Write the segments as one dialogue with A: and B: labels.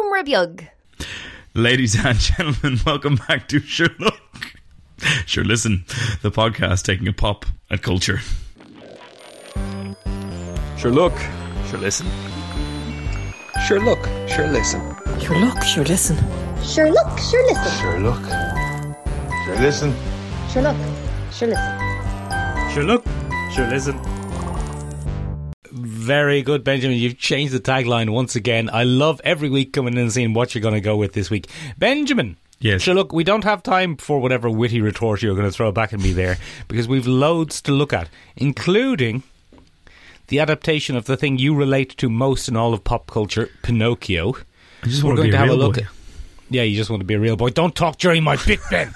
A: Shomrabyug.
B: Ladies and gentlemen, welcome back to Sure Look. Sure Listen, the podcast taking a pop at culture.
C: Sure look. Sure listen. Sure look. Sure listen.
D: Sure look, sure listen.
E: Sure look, sure listen.
C: Sure look. Sure listen.
E: Sure look, sure listen.
F: Sure look, sure listen. Very good, Benjamin. You've changed the tagline once again. I love every week coming in and seeing what you're going to go with this week. Benjamin.
B: Yes.
F: Sure, look, we don't have time for whatever witty retort you're going to throw back at me there because we've loads to look at, including the adaptation of the thing you relate to most in all of pop culture, Pinocchio.
B: I just
F: We're
B: want to be
F: going to
B: a
F: have a
B: real
F: look
B: boy.
F: at- Yeah, you just want to be a real boy. Don't talk during my bit, Ben.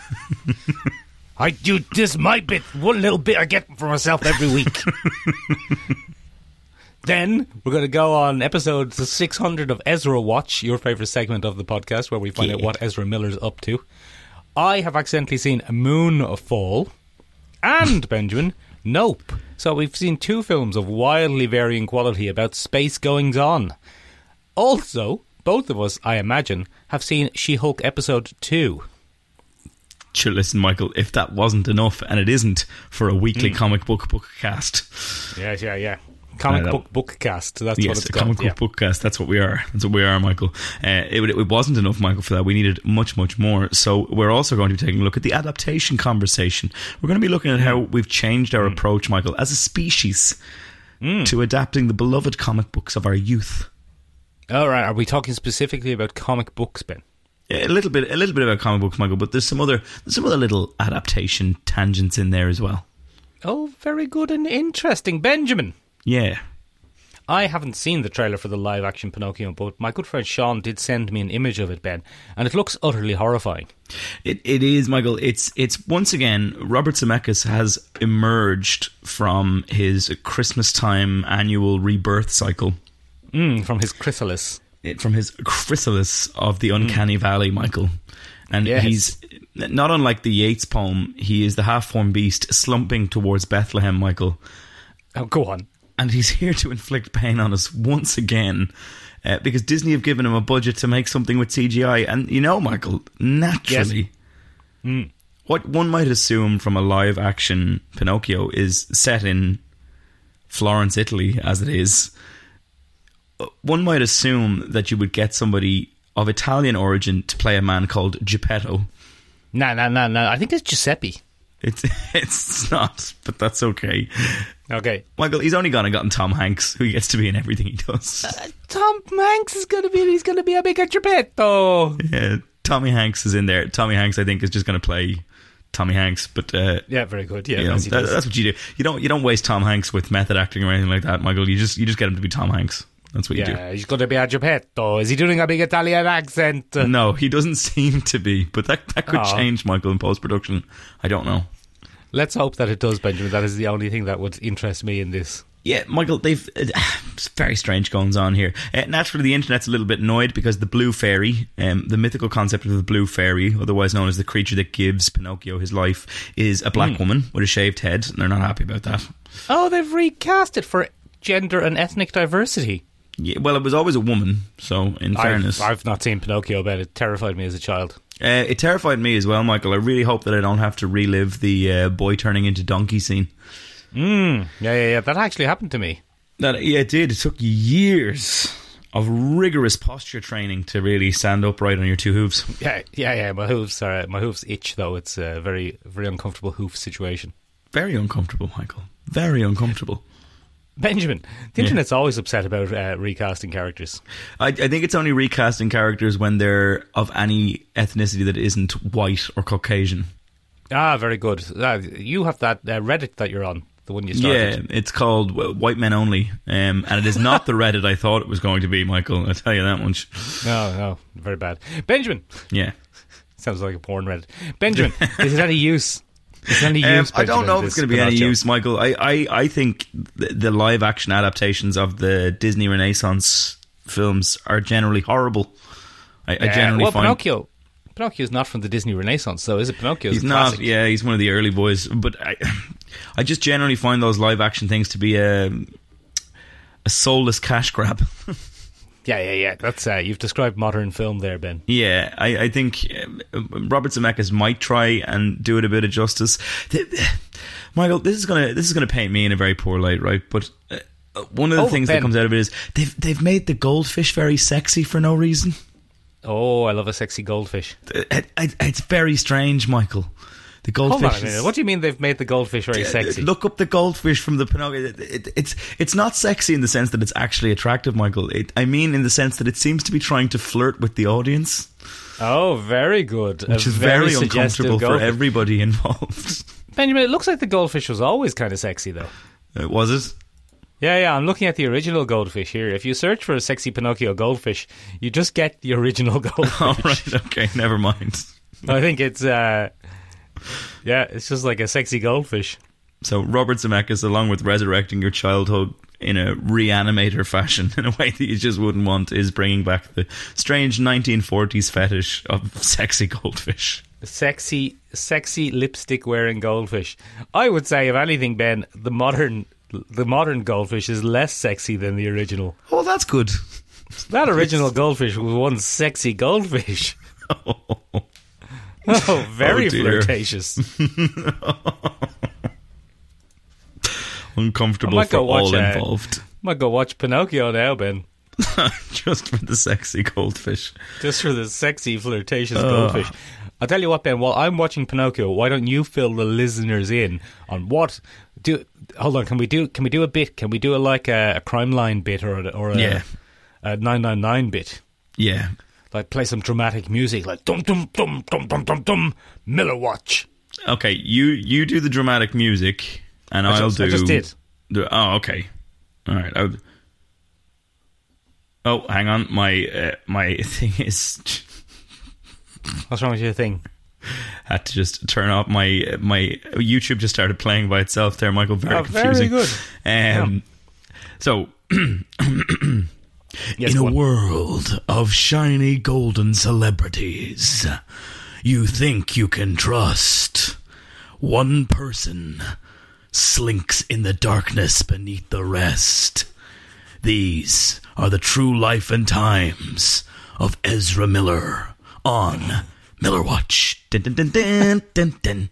F: I do this my bit, one little bit I get for myself every week. then we're going to go on episode 600 of Ezra Watch, your favorite segment of the podcast, where we find out what Ezra Miller's up to. I have accidentally seen Moonfall and Benjamin Nope. So we've seen two films of wildly varying quality about space goings on. Also, both of us, I imagine, have seen She Hulk episode 2.
B: Sure Listen, Michael, if that wasn't enough, and it isn't for a
F: Hmm.
B: weekly comic book bookcast.
F: Yes, yeah, yeah. Comic
B: Uh,
F: book bookcast. That's what
B: Yes,
F: it's
B: a
F: called.
B: comic book
F: yeah.
B: bookcast. That's what we are. That's what we are, Michael. Uh, it, it wasn't enough, Michael, for that. We needed much, much more. So we're also going to be taking a look at the adaptation conversation. We're going to be looking at how we've changed
F: Hmm.
B: our approach, Michael, as a species, to adapting the beloved comic books of our youth.
F: All right. Are we talking specifically about comic books, Ben?
B: A little bit, a little bit about comic books, Michael, but there's some other, there's some other little adaptation tangents in there as well.
F: Oh, very good and interesting, Benjamin.
B: Yeah,
F: I haven't seen the trailer for the live action Pinocchio, but my good friend Sean did send me an image of it, Ben, and it looks utterly horrifying.
B: It it is Michael. It's it's once again Robert Zemeckis has emerged from his Christmas time annual rebirth cycle,
F: Mm, from his chrysalis.
B: it, from his chrysalis of the uncanny valley, Michael. And
F: Yes.
B: he's not unlike the Yeats poem. He is the half-formed beast slumping towards Bethlehem, Michael,
F: Oh, go on.
B: and he's here to inflict pain on us once again. Uh, because Disney have given him a budget to make something with CGI, and you know, Michael, naturally, what one might assume from a live action Pinocchio is set in Florence, Italy, as it is. uh, One might assume that you would get somebody of Italian origin to play a man called Geppetto.
F: No, no, no, no. I think it's Giuseppe.
B: It's it's not, but that's okay.
F: Okay.
B: Michael, he's only gone and gotten Tom Hanks, who gets to be in everything he does.
F: Tom Hanks is going to be, he's going to be a bigger Geppetto.
B: Yeah, Tommy Hanks is in there. Tommy Hanks, I think, is just going to play Tommy Hanks. But uh,
F: Yeah, very good. Yeah,
B: you know,
F: as he
B: that-
F: does.
B: that's what you do. You don't you don't waste Tom Hanks with method acting or anything like that, Michael. You just you just get him to be Tom Hanks. That's what you do.
F: Yeah, he's going to be a Geppetto. Is he doing a big Italian accent?
B: No, he doesn't seem to be, but that that could
F: Aw.
B: change, Michael, in post production. I don't know.
F: Let's hope that it does, Benjamin. That is the only thing that would interest me in this.
B: Yeah, Michael, they've uh, it's very strange goings on here. Uh, naturally, the internet's a little bit annoyed because the blue fairy, um, the mythical concept of the blue fairy, otherwise known as the creature that gives Pinocchio his life, is a black woman with a shaved head, and they're not happy about that.
F: Oh, they've recast it for gender and ethnic diversity.
B: Yeah, well, it was always a woman, so in fairness,
F: I've, I've not seen Pinocchio, but it terrified me as a child.
B: Uh, it terrified me as well, Michael. I really hope that I don't have to relive the uh, boy turning into donkey scene.
F: Hmm. Yeah, yeah, yeah. That actually happened to me.
B: That yeah, it did. It took years of rigorous posture training to really stand upright on your two hooves.
F: Yeah, yeah, yeah. My hooves are my hooves itch though. It's a very, very uncomfortable hoof situation.
B: Very uncomfortable, Michael. Very uncomfortable.
F: Benjamin, the internet's always upset about uh, recasting characters.
B: I, I think it's only recasting characters when they're of any ethnicity that isn't white or Caucasian.
F: Ah, very good. Uh, you have that uh, Reddit that you're on, the one you started.
B: Yeah, it's called uh, White Men Only, um, and it is not the Reddit I thought it was going to be, Michael. I tell you that much.
F: No, no, very bad. Benjamin,
B: Yeah.
F: sounds like a porn Reddit. Benjamin, is it any use? Is it any use?
B: Um, I don't
F: Benjamin,
B: know if it's
F: this
B: going to be any
F: Pinocchio?
B: use, Michael. I, I, I think the, the live action adaptations of the Disney Renaissance films are generally horrible. I, I
F: Yeah,
B: generally
F: well,
B: find
F: Pinocchio. Pinocchio is not from the Disney Renaissance, though, is it? Pinocchio
B: he's
F: is a
B: not.
F: classic.
B: Yeah, he's one of the early boys, but I I just generally um, find those live action things to be a a soulless cash grab.
F: Yeah, yeah, yeah. That's uh, you've described modern film there, Ben.
B: Yeah, I, I think uh, Robert Zemeckis might try and do it a bit of justice. Th- Michael, this is gonna this is gonna paint me in a very poor light, right? But uh, one of the
F: Oh,
B: things
F: Ben.
B: that comes out of it is they've they've made the goldfish very sexy for no reason. Uh,
F: Oh, I love a sexy goldfish.
B: It- it- it's very strange, Michael. The goldfish.
F: Hold on
B: is-
F: a minute. What do you mean they've made the goldfish very sexy?
B: Look up the goldfish from the Pinocchio. It, it, it's it's not sexy in the sense that it's actually attractive, Michael. It, I mean, in the sense that it seems to be trying to flirt with the audience,
F: oh, very good.
B: which is very, uncomfortable for everybody involved.
F: Benjamin, it looks like the goldfish was always kind of sexy, though.
B: Uh, Was it?
F: Yeah, yeah. I'm looking at the original goldfish here. If you search for a sexy Pinocchio goldfish, you just get the original goldfish.
B: All right. Okay. Never mind.
F: I think it's, uh, yeah, it's just like a sexy goldfish.
B: So Robert Zemeckis, along with resurrecting your childhood in a reanimator fashion, in a way that you just wouldn't want, is bringing back the strange 1940s fetish of sexy goldfish.
F: sexy, sexy lipstick wearing goldfish. I would say, if anything, Ben, the modern the modern goldfish is less sexy than the original.
B: Oh, that's good.
F: That original goldfish was one sexy goldfish. Oh, very
B: Oh, dear.
F: flirtatious. I
B: Uncomfortable
F: might
B: for
F: go watch
B: all
F: a-
B: involved.
F: Might go watch Pinocchio now, Ben.
B: just for the sexy goldfish.
F: Just for the sexy flirtatious goldfish. I'll tell you what, Ben. While I'm watching Pinocchio, why don't you fill the listeners in on what do? Hold on, can we do? Can we do a bit? Can we do a like a, a crime line bit or a, or a,
B: Yeah.
F: a nine nine nine bit?
B: Yeah.
F: like play some dramatic music, like dum dum dum dum dum dum dum Miller Watch.
B: Okay, you you do the dramatic music, and
F: I
B: I'll
F: just-
B: do.
F: I just did.
B: do- oh, okay. All right. I'll- oh, hang on. My uh, my thing is
F: What's wrong with your thing?
B: had to just turn off my my YouTube just started playing by itself there, Michael. Very
F: Oh, very
B: confusing.
F: good.
B: Um, So
F: Yes,
B: in a
F: go on.
B: world of shiny golden celebrities, you think you can trust one person slinks in the darkness beneath the rest. These are the true life and times of Ezra Miller on Miller Watch. Dun, dun, dun, dun, dun, dun.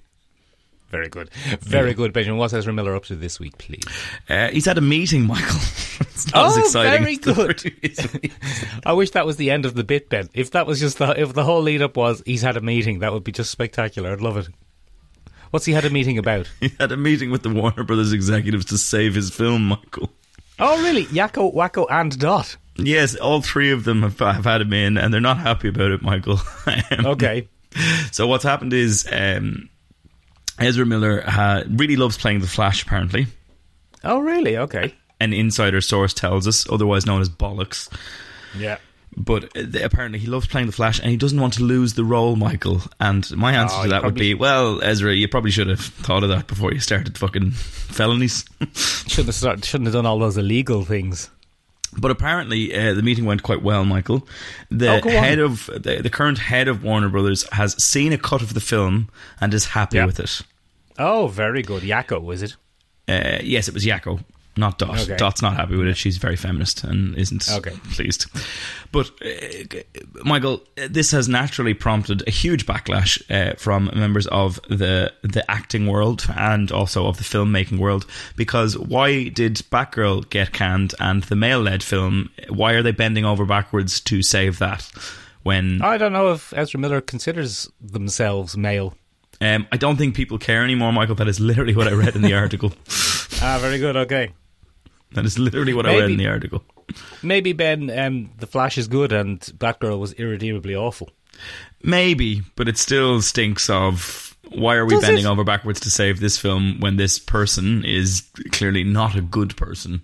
F: Very good, very good, Benjamin. What's Ezra Miller up to this week, please?
B: Uh, he's had a meeting, Michael. it's not as
F: Oh,
B: exciting
F: very
B: as the
F: good.
B: previous week.
F: I wish that was the end of the bit, Ben. If that was just the if the whole lead up was he's had a meeting, that would be just spectacular. I'd love it. What's he had a meeting about?
B: he had a meeting with the Warner Brothers executives to save his film, Michael.
F: oh, really? Yakko, Wacko, and Dot.
B: Yes, all three of them have, have had him in, and they're not happy about it, Michael. Um,
F: Okay.
B: So what's happened is um, Ezra Miller ha- really loves playing the Flash, apparently.
F: oh, really? Okay.
B: An insider source tells us, otherwise known as bollocks.
F: Yeah.
B: But uh, th- apparently, he loves playing the Flash, and he doesn't want to lose the role, Michael. And my answer
F: Oh,
B: to
F: you
B: that would be,
F: probably-
B: well, Ezra, you probably should have thought of that before you started fucking felonies.
F: Shouldn't have started, shouldn't have done all those illegal things.
B: But apparently, uh, the meeting went quite well, Michael. The
F: Oh, go on.
B: head of the, the current head of Warner Brothers has seen a cut of the film and is happy
F: Yeah.
B: with it.
F: Oh, very good. Yakko, was it?
B: Uh, yes, it was Yakko, not Dot.
F: Okay.
B: Dot's not happy with it. She's very feminist and isn't
F: Okay.
B: pleased. But uh, g- Michael, uh, this has naturally prompted a huge backlash uh, from members of the the acting world and also of the filmmaking world because why did Batgirl get canned and the male led film? Why are they bending over backwards to save that? When
F: I don't know if Ezra Miller considers themselves male.
B: um, I don't think people care anymore, Michael. That is literally what I read in the article.
F: Ah, very good. Okay,
B: That is literally what I read
F: Maybe-
B: in the article.
F: maybe Ben, um, the Flash is good, and Batgirl was irredeemably awful.
B: Maybe, but it still stinks of why are we
F: Does
B: bending
F: it?
B: over backwards to save this film when this person is clearly not a good person?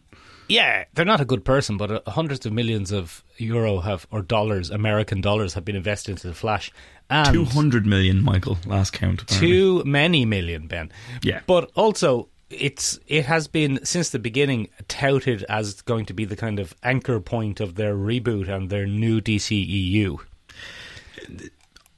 F: Yeah, they're not a good person, but uh, hundreds of millions of euro have or dollars, American dollars, have been invested into the Flash, and
B: 200 million, Michael, last count. apparently.
F: too many million, Ben.
B: Yeah.
F: but also. It's it has been since the beginning touted as going to be the kind of anchor point of their reboot and their new E DCEU.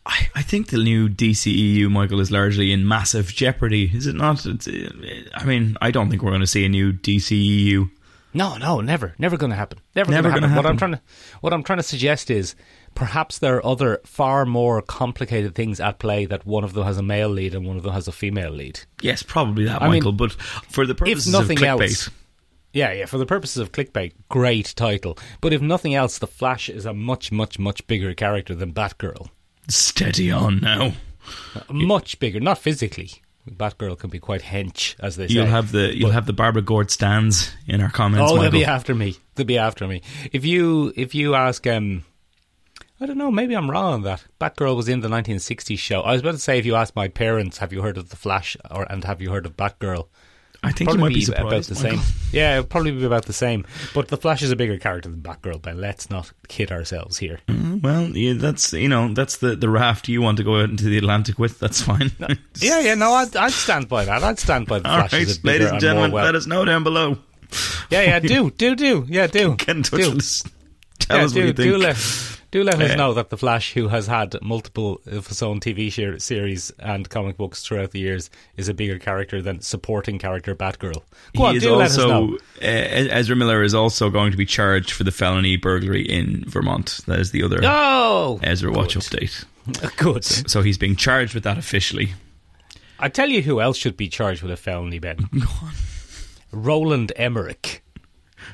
B: I, I think the new DCEU, Michael, is largely in massive jeopardy, is it not? It's, uh, I mean, I don't think we're going to see a new DCEU.
F: No, no, never, never going to happen. Never,
B: Never
F: going to
B: gonna
F: What
B: happen.
F: I'm trying to, what I'm trying to suggest is perhaps there are other far more complicated things at play that one of them has a male lead and one of them has a female lead.
B: Yes, probably that,
F: I mean,
B: Michael. but for the purposes
F: nothing
B: of clickbait,
F: else- Yeah, yeah. For the purposes of clickbait, great title. But if nothing else, the Flash is a much, much, much bigger character than Batgirl.
B: steady on now.
F: Much bigger, not physically. Batgirl can be quite hench, as they say.
B: You'll have the you'll
F: But-
B: have the Barbara Gord stands in our comments.
F: Oh, they'll
B: Michael.
F: be after me. They'll be after me. If you if you ask, um, I don't know. Maybe I'm wrong on that. Batgirl was in the 1960s show. I was about to say, if you ask my parents, have you heard of the Flash or and have you heard of Batgirl?
B: I think you might be surprised.
F: about the
B: Michael.
F: same. Yeah, it'll probably be about the same. But the Flash is a bigger character than Batgirl. But let's not kid ourselves here.
B: Mm, Well, yeah, that's you know that's the, the raft you want to go out into the Atlantic with. That's fine.
F: yeah, yeah. No, I'd, I'd stand by that. I'd stand by the
B: All
F: Flash.
B: right,
F: is a
B: ladies
F: bigger
B: and
F: more
B: gentlemen,
F: well-
B: let us know down below.
F: yeah, yeah. Do, do, do. Yeah, do.
B: Get in touch
F: do.
B: with us. Tell
F: Yeah,
B: us
F: do,
B: what you think.
F: Do let, do let
B: Yeah.
F: us know that The Flash, who has had multiple of his own TV shir- series and comic books throughout the years, is a bigger character than supporting character Batgirl. Go on,
B: he is
F: do let us
B: also
F: know.
B: uh, Ezra Miller is also going to be charged for the felony burglary in Vermont. That is the other
F: Oh!
B: Ezra Watch update.
F: Good.
B: So he's being charged with that officially.
F: I tell you who else should be charged with a felony, Ben. Roland Emmerich.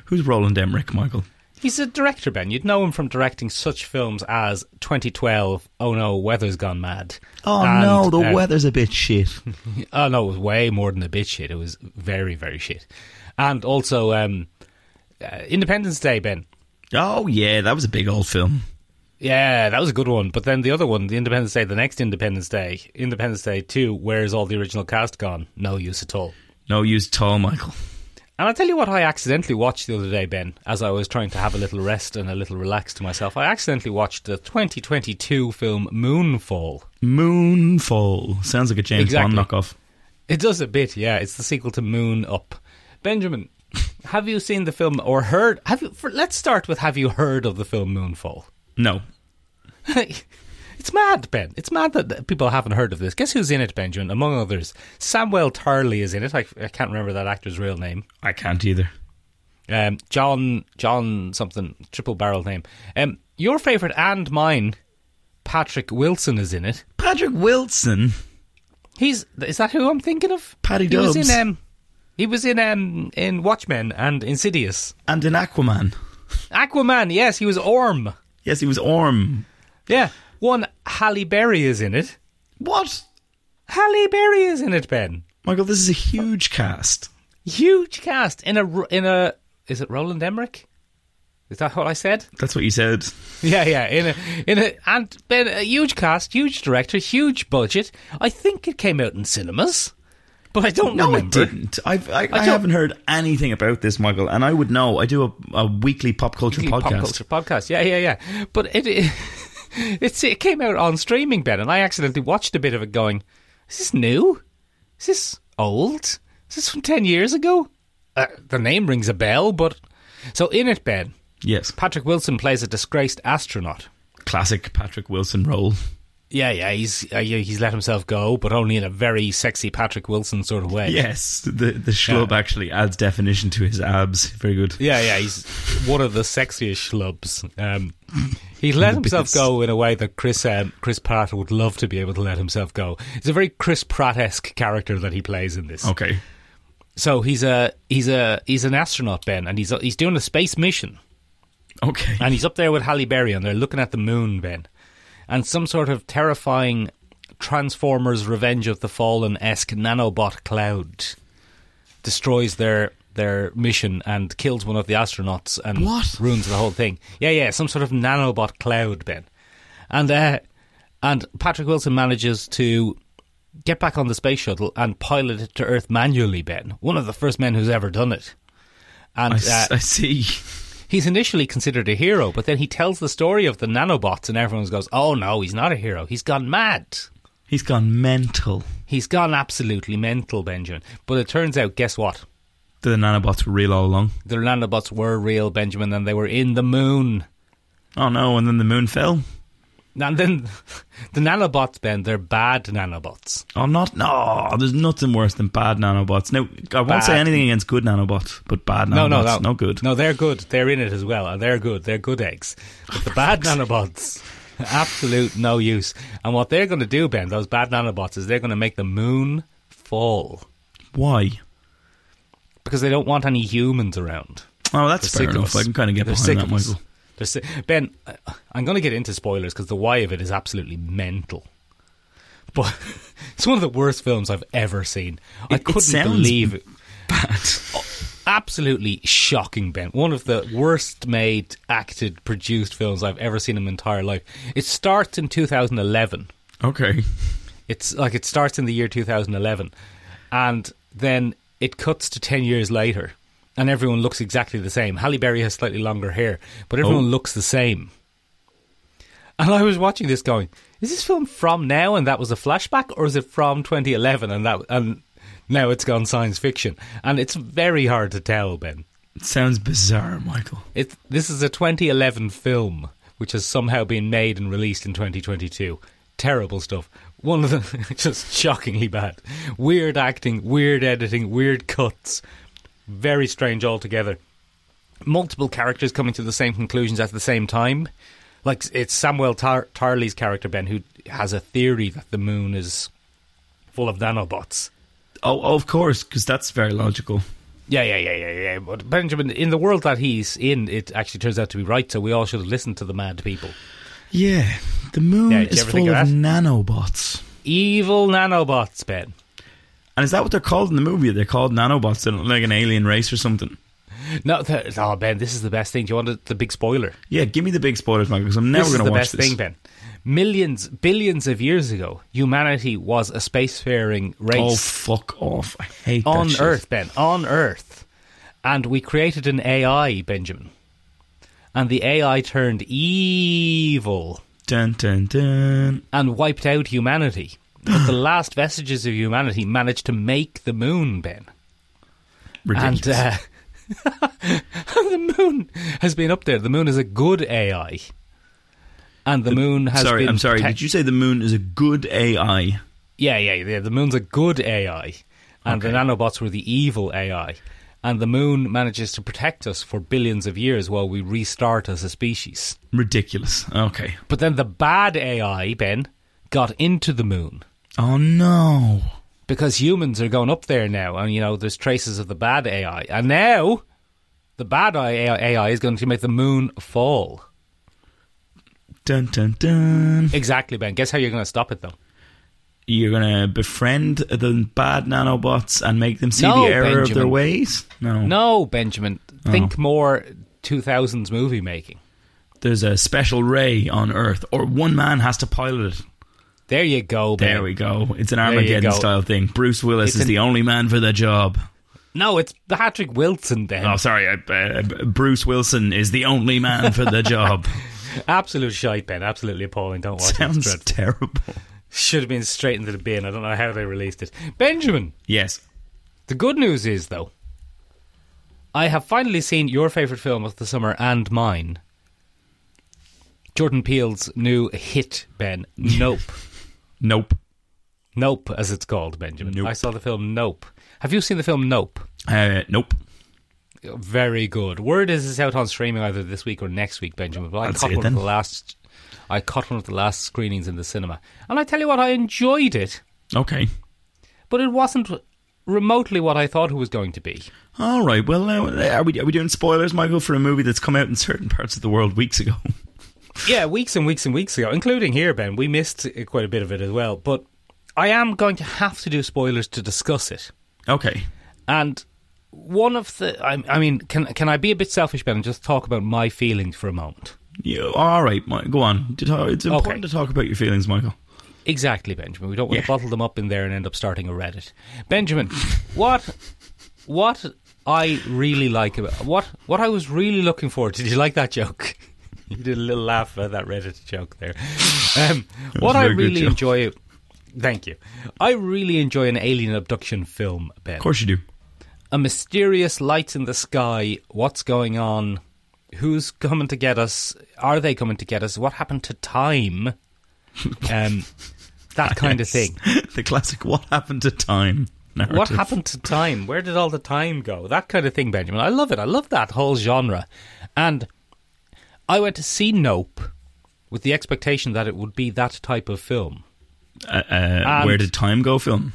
B: Who's Roland Emmerich, Michael?
F: He's a director, Ben. You'd know him from directing such films as 2012, Oh No, Weather's Gone Mad. and, uh,
B: Oh, weather's a bit shit.
F: Oh no, it was way more than a bit shit. It was very, very shit. And also, um, uh, Independence Day, Ben.
B: Oh yeah, that was a big old film.
F: Yeah, that was a good one. But then the other one, the Independence Day, the next Independence Day, Independence Day 2, where's all the original cast gone? No use at all.
B: No use at all, Michael.
F: And I'll tell you what I accidentally watched the other day, Ben, as I was trying to have a little rest and a little relax to myself. I accidentally watched the 2022 film Moonfall.
B: Moonfall sounds like a James
F: Exactly.
B: Bond knockoff.
F: It does a bit, yeah. It's the sequel to Moon Up. Benjamin, have you seen the film or heard? Have you? For, let's start with have you heard of the film Moonfall?
B: No,
F: it's mad, Ben. It's mad that- that people haven't heard of this. Guess who's in it, Benjamin? Among others, Samuel Tarley is in it. I, I can't remember that actor's real name.
B: I can't either.
F: Um, John John something triple barrel name. Um, your favorite and mine, Patrick Wilson is in it.
B: Patrick Wilson.
F: He's is that who I'm thinking of?
B: Paddy
F: He was
B: Dubs.
F: in um, he was in um, in Watchmen and Insidious.
B: And an Aquaman.
F: Aquaman, yes, he was Orm.
B: Yes, he was Orm.
F: Yeah, one Halle Berry is in it.
B: What?
F: Halle Berry is in it, Ben.
B: Michael, this is a huge cast.
F: Huge cast in a ro- in a is it Roland Emmerich? Is that what I said?
B: That's what you said.
F: Yeah, yeah. In a in a and Ben, a huge cast, huge director, huge budget. I think it came out in cinemas, but I don't
B: No,
F: remember.
B: I didn't. I've, I, I,
F: don't-
B: haven't heard anything about this, Michael, and I would know. I do a, a weekly pop culture
F: Pop
B: podcast.
F: culture podcast. Yeah, yeah, yeah. But it it, it's, it came out on streaming, Ben, and I accidentally watched a bit of it. Going, is this new? Is this old? Is this from ten years ago? Uh, the name rings a bell, but so in it, Ben,
B: Yes,
F: Patrick Wilson plays a disgraced astronaut.
B: classic Patrick Wilson role.
F: Yeah, yeah, he's uh, yeah, he's let himself go, but only in a very sexy Patrick Wilson sort of way.
B: Yes, the the schlub
F: Yeah.
B: actually adds definition to his abs. Very good.
F: Yeah, yeah, he's one of the sexiest schlubs. Um, he let himself
B: biggest.
F: go in a way that Chris um, Chris Pratt would love to be able to let himself go. It's a very Chris Pratt esque character that he plays in this.
B: Okay.
F: So he's a he's a he's an astronaut Ben, and he's he's doing a space mission,
B: Okay.
F: and he's up there with Halle Berry, and they're looking at the moon Ben, and some sort of terrifying Transformers: Revenge of the Fallen esque nanobot cloud destroys their their mission and kills one of the astronauts and
B: What?
F: ruins the whole thing. Yeah, yeah, some sort of nanobot cloud, Ben. And uh, and Patrick Wilson manages to get back on the space shuttle and pilot it to Earth manually, Ben. One of the first men who's ever done it. And
B: I,
F: uh,
B: s- I see.
F: he's initially considered a hero, but then he tells the story of the nanobots, and everyone goes, "Oh no, he's not a hero. He's gone mad."
B: He's gone mental.
F: He's gone absolutely mental, Benjamin. But it turns out, guess what?
B: The nanobots were real all along.
F: The nanobots were real, Benjamin, and they were in the moon.
B: Oh no! And then the moon fell.
F: And then the nanobots, Ben, they're bad nanobots.
B: Oh, not no. There's nothing worse than bad nanobots. Now, I won't say
F: Bad.
B: anything against good nanobots, but bad nanobots,
F: No, no, no.
B: Oh, no good.
F: No, they're good. They're in it as well. and They're good. They're good eggs. But the bad nanobots, absolute no use. And what they're going to do, Ben, those bad nanobots, is they're going to make the moon fall
B: Why?
F: because they don't want any humans around.
B: Oh, that's
F: They're
B: fair
F: sick of
B: enough.
F: us.
B: I can kind of get
F: They're sick
B: behind that,
F: of us.
B: Michael.
F: They're si- ben, I- I'm going to get into spoilers because the why of it is absolutely mental. But it's one of the worst films I've ever seen. I
B: It- it
F: couldn't
B: sounds
F: believe it.
B: Bad.
F: Absolutely shocking, Ben. One of the worst made, acted, produced films I've ever seen in my entire life. It starts in 2011.
B: Okay.
F: It's like it starts in the year 2011 and then it cuts to 10 years later and everyone looks exactly the same. Halle Berry has slightly longer hair, but everyone
B: Oh.
F: looks the same. And I was watching this going, is this film from now and that was a flashback or is it from 2011 and that and now it's gone science fiction? And it's very hard to tell, Ben.
B: It sounds bizarre, Michael.
F: It, this is a 2011 film which has somehow been made and released in 2022. Terrible stuff. One of the just shockingly bad. Weird acting, weird editing, weird cuts. Very strange altogether. Multiple characters coming to the same conclusions at the same time. Like it's Samuel Tar- Tarley's character Ben who has a theory that the moon is full of nanobots.
B: Oh, of course, because that's very logical.
F: Yeah, yeah, yeah, yeah, yeah. But Benjamin, in the world that he's in, it actually turns out to be right. So we all should have listened to the mad people.
B: Yeah, the moon
F: Yeah, did you
B: is
F: ever think
B: full
F: of
B: of
F: that?
B: nanobots.
F: Evil nanobots, Ben.
B: And is that what they're called in the movie? They're called nanobots, they're like an alien race or something.
F: No, th- oh Ben, this is the best thing. Do you want the, the big spoiler?
B: Yeah, give me the big spoilers, Michael, because I'm never
F: this is
B: going
F: the
B: to watch
F: best
B: this.
F: thing, Ben. Millions, billions of years ago, humanity was a spacefaring
B: Oh,
F: race
B: fuck off! I hate
F: on
B: that shit.
F: Earth, Ben, on Earth, and we created an AI, Benjamin, and the AI turned evil.
B: Dun dun dun.
F: and wiped out humanity. But the last vestiges of humanity managed to make the moon, Ben.
B: Ridiculous.
F: And uh, the moon has been up there. The moon is a good AI. And the, moon has
B: sorry,
F: been.
B: I'm sorry.
F: protect-
B: Did you say the moon is a good AI?
F: Yeah, yeah, yeah. The moon's a good AI. And the
B: Okay.
F: nanobots were the evil AI. And the moon manages to protect us for billions of years while we restart as a species.
B: Ridiculous. Okay.
F: But then the bad AI, Ben, got into the moon.
B: Oh no.
F: because humans are going up there now, and you know there's traces of the bad AI, and now the bad AI, AI is going to make the moon fall.
B: Dun dun dun.
F: Exactly, Ben. Guess how you're going to stop it though?
B: You're gonna befriend the bad nanobots and make them see
F: No,
B: the error of their
F: Benjamin.
B: ways. No.
F: No, Benjamin.
B: Oh.
F: Think more 2000s movie making.
B: There's a special ray on Earth, or one man has to pilot it.
F: There you go, Ben.
B: There we go. It's an
F: you
B: Armageddon
F: go.
B: style thing. Bruce Willis
F: It's
B: is
F: an-
B: the only man for the job.
F: No, it's Patrick Wilson, Ben.
B: Oh, sorry. I, uh, Bruce Wilson is the only man for the job.
F: Absolute shite, Ben. Absolutely appalling. Don't watch it. It's
B: Sounds
F: dreadful.
B: terrible.
F: Should have been straight into the bin. I don't know how they released it. Benjamin,
B: Yes.
F: the good news is though, I have finally seen your favourite film of the summer and mine. Jordan Peele's new hit, Ben. Nope.
B: Nope.
F: nope, as it's called, Benjamin.
B: Nope.
F: I saw the film Nope. Have you seen the film Nope?
B: Uh, nope.
F: Very good. Word is it's out on streaming either this week or next week, Benjamin. But I
B: I'll
F: caught
B: see it
F: one of
B: then.
F: the last I caught one of the last screenings in the cinema. And I tell you what, I enjoyed it,
B: Okay.
F: but it wasn't remotely what I thought it was going to be.
B: All right. Well, now, are we are we doing spoilers, Michael, for a movie that's come out in certain parts of the world weeks ago?
F: Yeah, weeks and weeks and weeks ago, including here, Ben. We missed uh, quite a bit of it as well. But I am going to have to do spoilers to discuss it.
B: Okay.
F: And one of the, I, I mean, can can I be a bit selfish, Ben, and just talk about my feelings for a moment?
B: You, all right. Mi- Go on. To talk- It's important
F: Okay.
B: to talk about your feelings, Michael.
F: Exactly, Benjamin. We don't want
B: Yeah.
F: to bottle them up in there and end up starting a Reddit. Benjamin, what what I really like about what what I was really looking for. Did you like that joke? You did a little laugh about that Reddit joke there. Um, what
B: a
F: I
B: very good
F: really
B: joke.
F: enjoy. Thank you. I really enjoy an alien abduction film, Ben.
B: Of course you do.
F: A mysterious light in the sky. What's going on? Who's coming to get us? Are they coming to get us? What happened to time? Um, that kind of thing.
B: the classic "What happened to time?" narrative.
F: What happened to time? Where did all the time go? That kind of thing, Benjamin. I love it. I love that whole genre. And I went to see Nope with the expectation that it would be that type of film.
B: Uh, uh, where did time go? Film.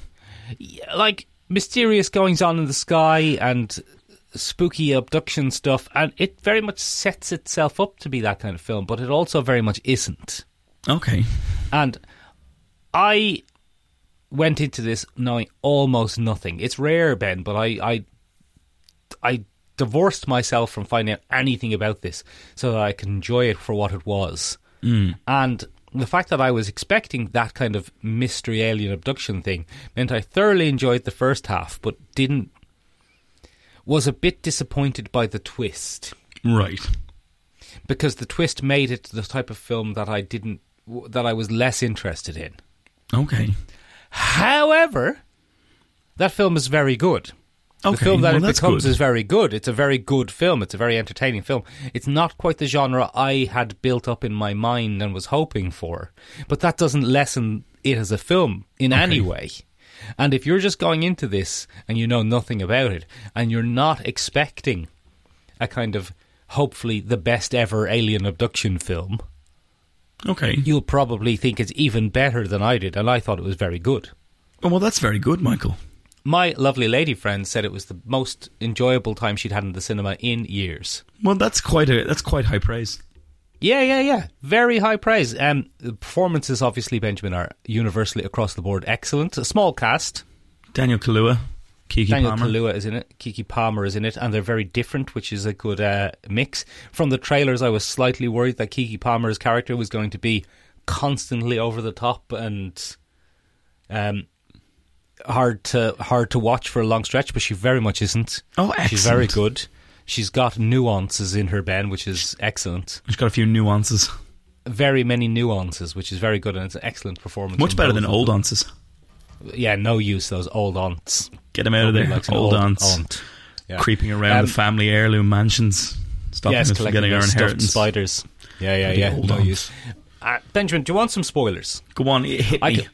F: Yeah, Like mysterious goings on in the sky and spooky abduction stuff. And it very much sets itself up to be that kind of film, but it also very much isn't.
B: Okay.
F: And I went into this knowing almost nothing. It's rare, Ben, but I I, I divorced myself from finding out anything about this so that I could enjoy it for what it was. And the fact that I was expecting that kind of mystery alien abduction thing meant I thoroughly enjoyed the first half, but didn't was a bit disappointed by the twist
B: Right.
F: because the twist made it the type of film that I didn't that I was less interested in.
B: Okay.
F: However, that film is very good.
B: Okay.
F: the film that
B: well,
F: it
B: that's
F: becomes
B: good.
F: is very good. It's a very good film. It's a very entertaining film. It's not quite the genre I had built up in my mind and was hoping for, but that doesn't lessen it as a film in any way. And if you're just going into this and you know nothing about it, and you're not expecting a kind of hopefully the best ever alien abduction film,
B: okay.
F: you'll probably think it's even better than I did, and I thought it was very good.
B: Oh, well, that's very good, Michael.
F: My lovely lady friend said it was the most enjoyable time she'd had in the cinema in years.
B: Well, that's quite a that's quite high praise.
F: Yeah, yeah, yeah. Very high praise. Um, the performances, obviously, Benjamin, are universally across the board excellent. A small cast.
B: Daniel Kalua, Kiki
F: Daniel
B: Palmer.
F: Kaluuya is in it. Kiki Palmer is in it, and they're very different, which is a good uh, mix. From the trailers, I was slightly worried that Kiki Palmer's character was going to be constantly over the top and um, hard to hard to watch for a long stretch, but she very much isn't.
B: Oh,
F: She's very
B: excellent.
F: good. She's got nuances in her Ben, which is excellent.
B: It's got a few nuances,
F: Very many nuances, which is very good, and it's an excellent performance.
B: much
F: from
B: better
F: both
B: than
F: of
B: old
F: them.
B: aunts.
F: Yeah, no use those old aunts.
B: Get them out of there.
F: Nobody likes an
B: old, aunts
F: aunt. Yeah.
B: creeping around
F: Um,
B: the family heirloom mansions, stopping
F: yes,
B: us from
F: collecting
B: getting our
F: those stuffed
B: inheritance.
F: spiders. Yeah, yeah,
B: Bloody
F: yeah.
B: old
F: No
B: aunts.
F: use. Uh, Benjamin, do you want some spoilers?
B: Go on, it hit
F: I
B: me.
F: can,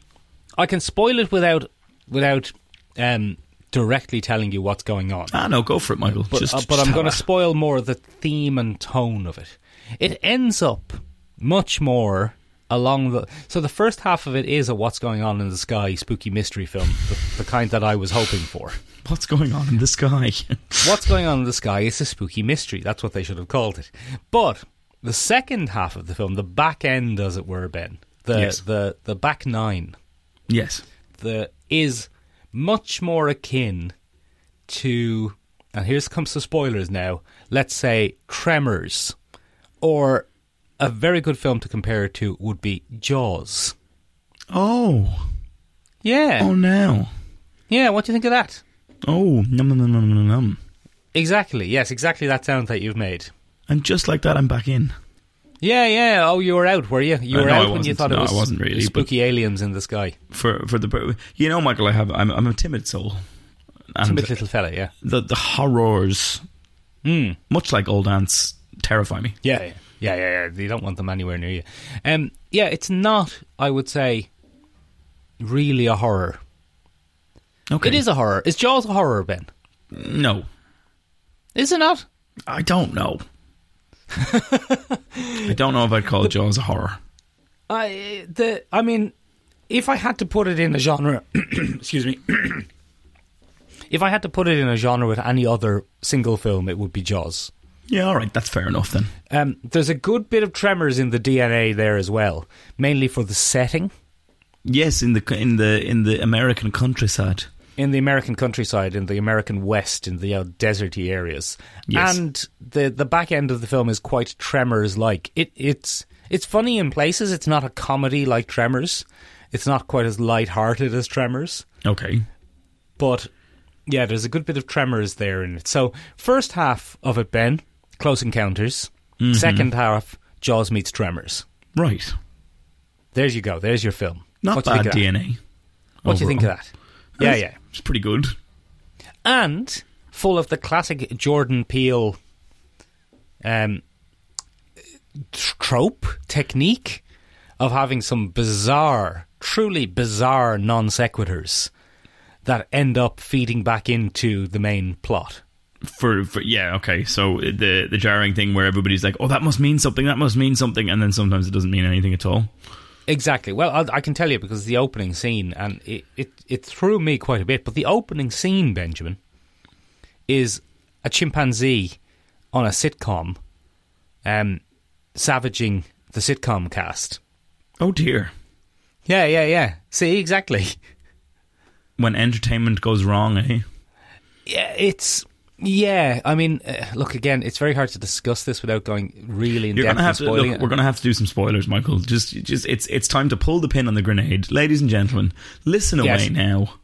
F: I can spoil it without without um, directly telling you what's going on.
B: Ah, no, go for it, Michael.
F: But,
B: just,
F: uh, but I'm
B: just-
F: going to spoil more of the theme and tone of it. It ends up much more along the. So the first half of it is a what's going on in the sky spooky mystery film, the, the kind that I was hoping for.
B: What's going on in the sky?
F: What's going on in the sky is a spooky mystery. That's what they should have called it. But the second half of the film, the back end, as it were, Ben, the
B: Yes.
F: the the back nine,
B: yes.
F: the is much more akin to, and here's comes the spoilers now. Let's say Tremors, or a very good film to compare it to would be Jaws.
B: Oh.
F: Yeah,
B: Oh, now.
F: yeah. What do you think of that?
B: Oh, num num num num num num.
F: Exactly. Yes, exactly that sound that you've made.
B: And just like that, I'm back in.
F: Yeah, yeah. Oh, you were out, were you? You
B: Uh,
F: were
B: no, I
F: out when you
B: wasn't.
F: thought it
B: No, I
F: was
B: wasn't really, but-
F: spooky aliens in the sky.
B: for for the you know Michael I have I'm I'm a timid soul and
F: Timid little fella, yeah.
B: the the horrors
F: Mm.
B: much like old ants terrify me
F: yeah. Yeah, yeah, yeah, You don't want them anywhere near you. Um, yeah, it's not, I would say, really a horror.
B: okay
F: It is a horror. Is Jaws a horror, Ben?
B: no
F: Is it not?
B: I don't know I don't know if I'd call Jaws a horror
F: I the I mean, if I had to put it in a genre, excuse me. if I had to put it in a genre with any other single film, it would be Jaws.
B: yeah all right that's fair enough then
F: Um, there's a good bit of tremors in the DNA there as well, mainly for the setting
B: yes in the in the in the American countryside
F: in the American countryside, in the American West, in the uh, deserty areas.
B: Yes.
F: And the the back end of the film is quite tremors like. It it's it's funny in places. It's not a comedy like Tremors. It's not quite as light-hearted as Tremors,
B: okay
F: but yeah, there's a good bit of tremors there in it. So first half of it, Ben, Close Encounters.
B: Mm-hmm.
F: Second half, Jaws meets Tremors.
B: right
F: There you go. There's your film.
B: not
F: What do you
B: bad
F: think of that?
B: DNA
F: What do you think of
B: overall.
F: that? Yeah, yeah.
B: oh, It's- it's pretty good
F: And full of the classic Jordan Peele um, t- trope, technique of having some bizarre, truly bizarre non sequiturs that end up feeding back into the main plot.
B: For, for yeah okay so the the jarring thing where everybody's like oh that must mean something that must mean something and then sometimes it doesn't mean anything at all
F: Exactly. Well, i I can tell you because the opening scene, and it, it, it threw me quite a bit, but the opening scene, Benjamin, is a chimpanzee on a sitcom um, savaging the sitcom cast.
B: oh dear
F: Yeah, yeah, yeah. See, exactly.
B: when entertainment goes wrong eh
F: Yeah, it's. Yeah, I mean, uh, look again. It's very hard to discuss this without going really in
B: you're
F: depth
B: gonna
F: and
B: have to
F: spoiling
B: look,
F: it.
B: we're gonna have to do some spoilers Michael just just it's it's time to pull the pin on the grenade ladies and gentlemen listen
F: Yes.
B: away now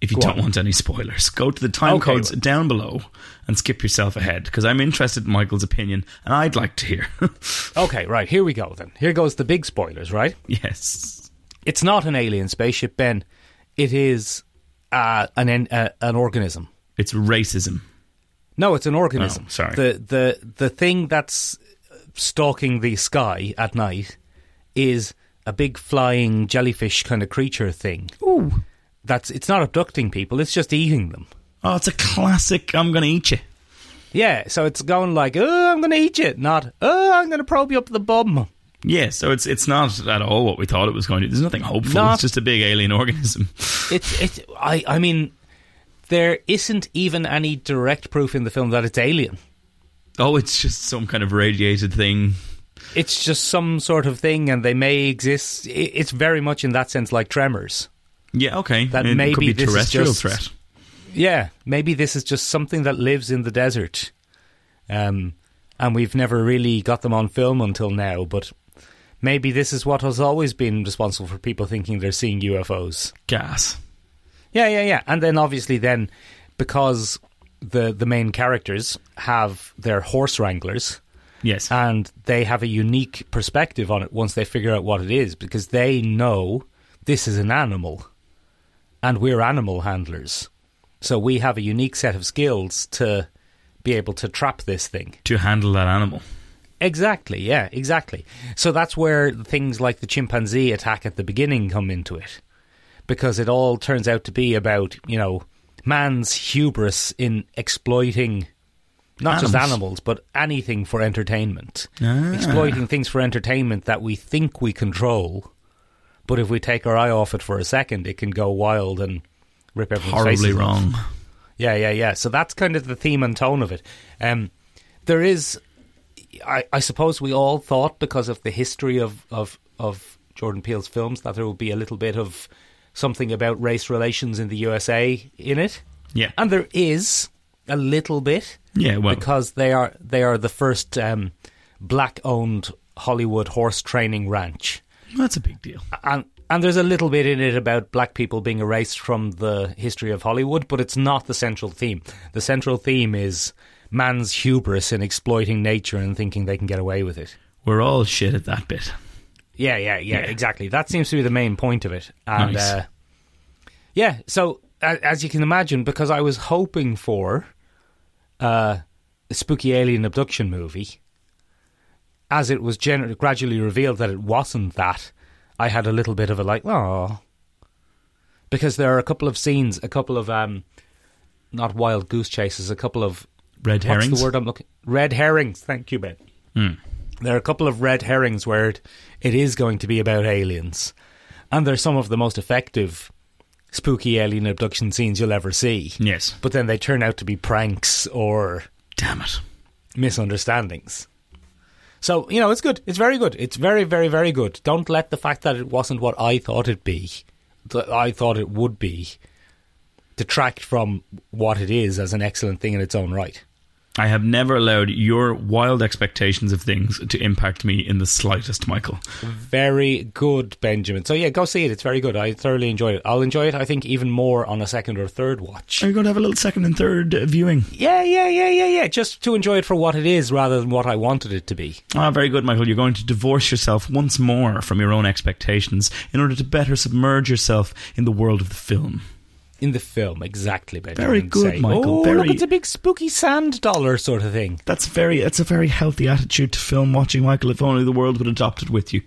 B: if you
F: Go
B: don't
F: on.
B: want any spoilers go to the time
F: Okay.
B: codes down below and skip yourself ahead because I'm interested in Michael's opinion and I'd like to hear
F: Okay, right. Here we go then. Here goes the big spoilers. Right.
B: yes
F: It's not an alien spaceship, Ben. It is uh, an en- uh, an organism.
B: it's racism
F: No, it's an organism.
B: Oh, sorry.
F: The the the thing that's stalking the sky at night is a big flying jellyfish kind of creature thing.
B: ooh
F: That's it's not abducting people. It's just eating them.
B: oh it's a classic I'm gonna eat you
F: Yeah, so it's going like, oh, I'm going to eat it, not, oh, I'm going to probe you up the bum.
B: Yeah, so it's it's not at all what we thought it was going to. There's nothing hopeful.
F: Not-
B: it's just a big alien organism.
F: It's, it's, I, I mean, there isn't even any direct proof in the film that it's alien.
B: Oh, it's just some kind of radiated thing.
F: It's just some sort of thing, and they may exist. I- It's very much in that sense like Tremors.
B: Yeah, okay.
F: That
B: it could
F: maybe
B: be
F: this is
B: terrestrial
F: just-
B: threat.
F: Yeah, maybe this is just something that lives in the desert. Um, and we've never really got them on film until now, but maybe this is what has always been responsible for people thinking they're seeing UFOs.
B: Gas.
F: Yeah, yeah, yeah. And then obviously then because the the main characters have their horse wranglers
B: Yes.
F: and they have a unique perspective on it once they figure out what it is because they know this is an animal and we're animal handlers. So we have a unique set of skills to be able to trap this thing.
B: to handle that animal.
F: Exactly, yeah, exactly. So that's where things like the chimpanzee attack at the beginning come into it. Because it all turns out to be about, you know, man's hubris in exploiting not just
B: Animals. Ah.
F: animals, but anything for entertainment. Exploiting things for entertainment that we think we control, but if we take our eye off it for a second, it can go wild and rip everyone's
B: Horribly
F: faces off.
B: wrong.
F: Yeah, yeah, yeah. So that's kind of the theme and tone of it. Um, there is, I, I suppose, we all thought because of the history of, of of Jordan Peele's films that there would be a little bit of something about race relations in the USA in it,
B: Yeah.
F: and there is a little bit
B: yeah, well,
F: because they are they are the first um, black-owned Hollywood horse training ranch
B: that's a big deal.
F: and and there's a little bit in it about black people being erased from the history of Hollywood, but it's not the central theme. The central theme is man's hubris in exploiting nature and thinking they can get away with it.
B: We're all shit at that bit.
F: Yeah, yeah, yeah, exactly. That seems to be the main point of it. And
B: Nice.
F: uh, yeah, so uh, as you can imagine, because I was hoping for uh, a spooky alien abduction movie, as it was gener- gradually revealed that it wasn't that, I had a little bit of a like, oh, because there are a couple of scenes, a couple of um, not wild goose chases, a couple of
B: Red herrings. Hmm.
F: What's the word I'm looking? Red herrings. Thank you, Ben. There are a couple of red herrings where it, it is going to be about aliens, and they're some of the most effective spooky alien abduction scenes you'll ever see.
B: Yes.
F: But then they turn out to be pranks or
B: Damn it.
F: misunderstandings. So, you know, it's good. It's very good. It's very, very, very good. Don't let the fact that it wasn't what I thought it'd be, that I thought it would be, detract from what it is as an excellent thing in its own right.
B: I have never allowed your wild expectations of things to impact me in the slightest, Michael.
F: Very good, Benjamin. So, yeah, go see it. It's very good. I thoroughly enjoyed it. I'll enjoy it, I think, even more on a second or third watch.
B: Are you going to have a little second and third uh, viewing?
F: Yeah, yeah, yeah, yeah, yeah. Just to enjoy it for what it is rather than what I wanted it to be.
B: Ah, very good, Michael. You're going to divorce yourself once more from your own expectations in order to better submerge yourself in the world of the film.
F: In the film, exactly, Benjamin.
B: Very
F: and
B: good,
F: say,
B: Michael,
F: Oh, look,
B: very-
F: it's a big spooky sand dollar sort of thing.
B: That's very. That's a very healthy attitude to film watching, Michael. If only the world would adopt it with you.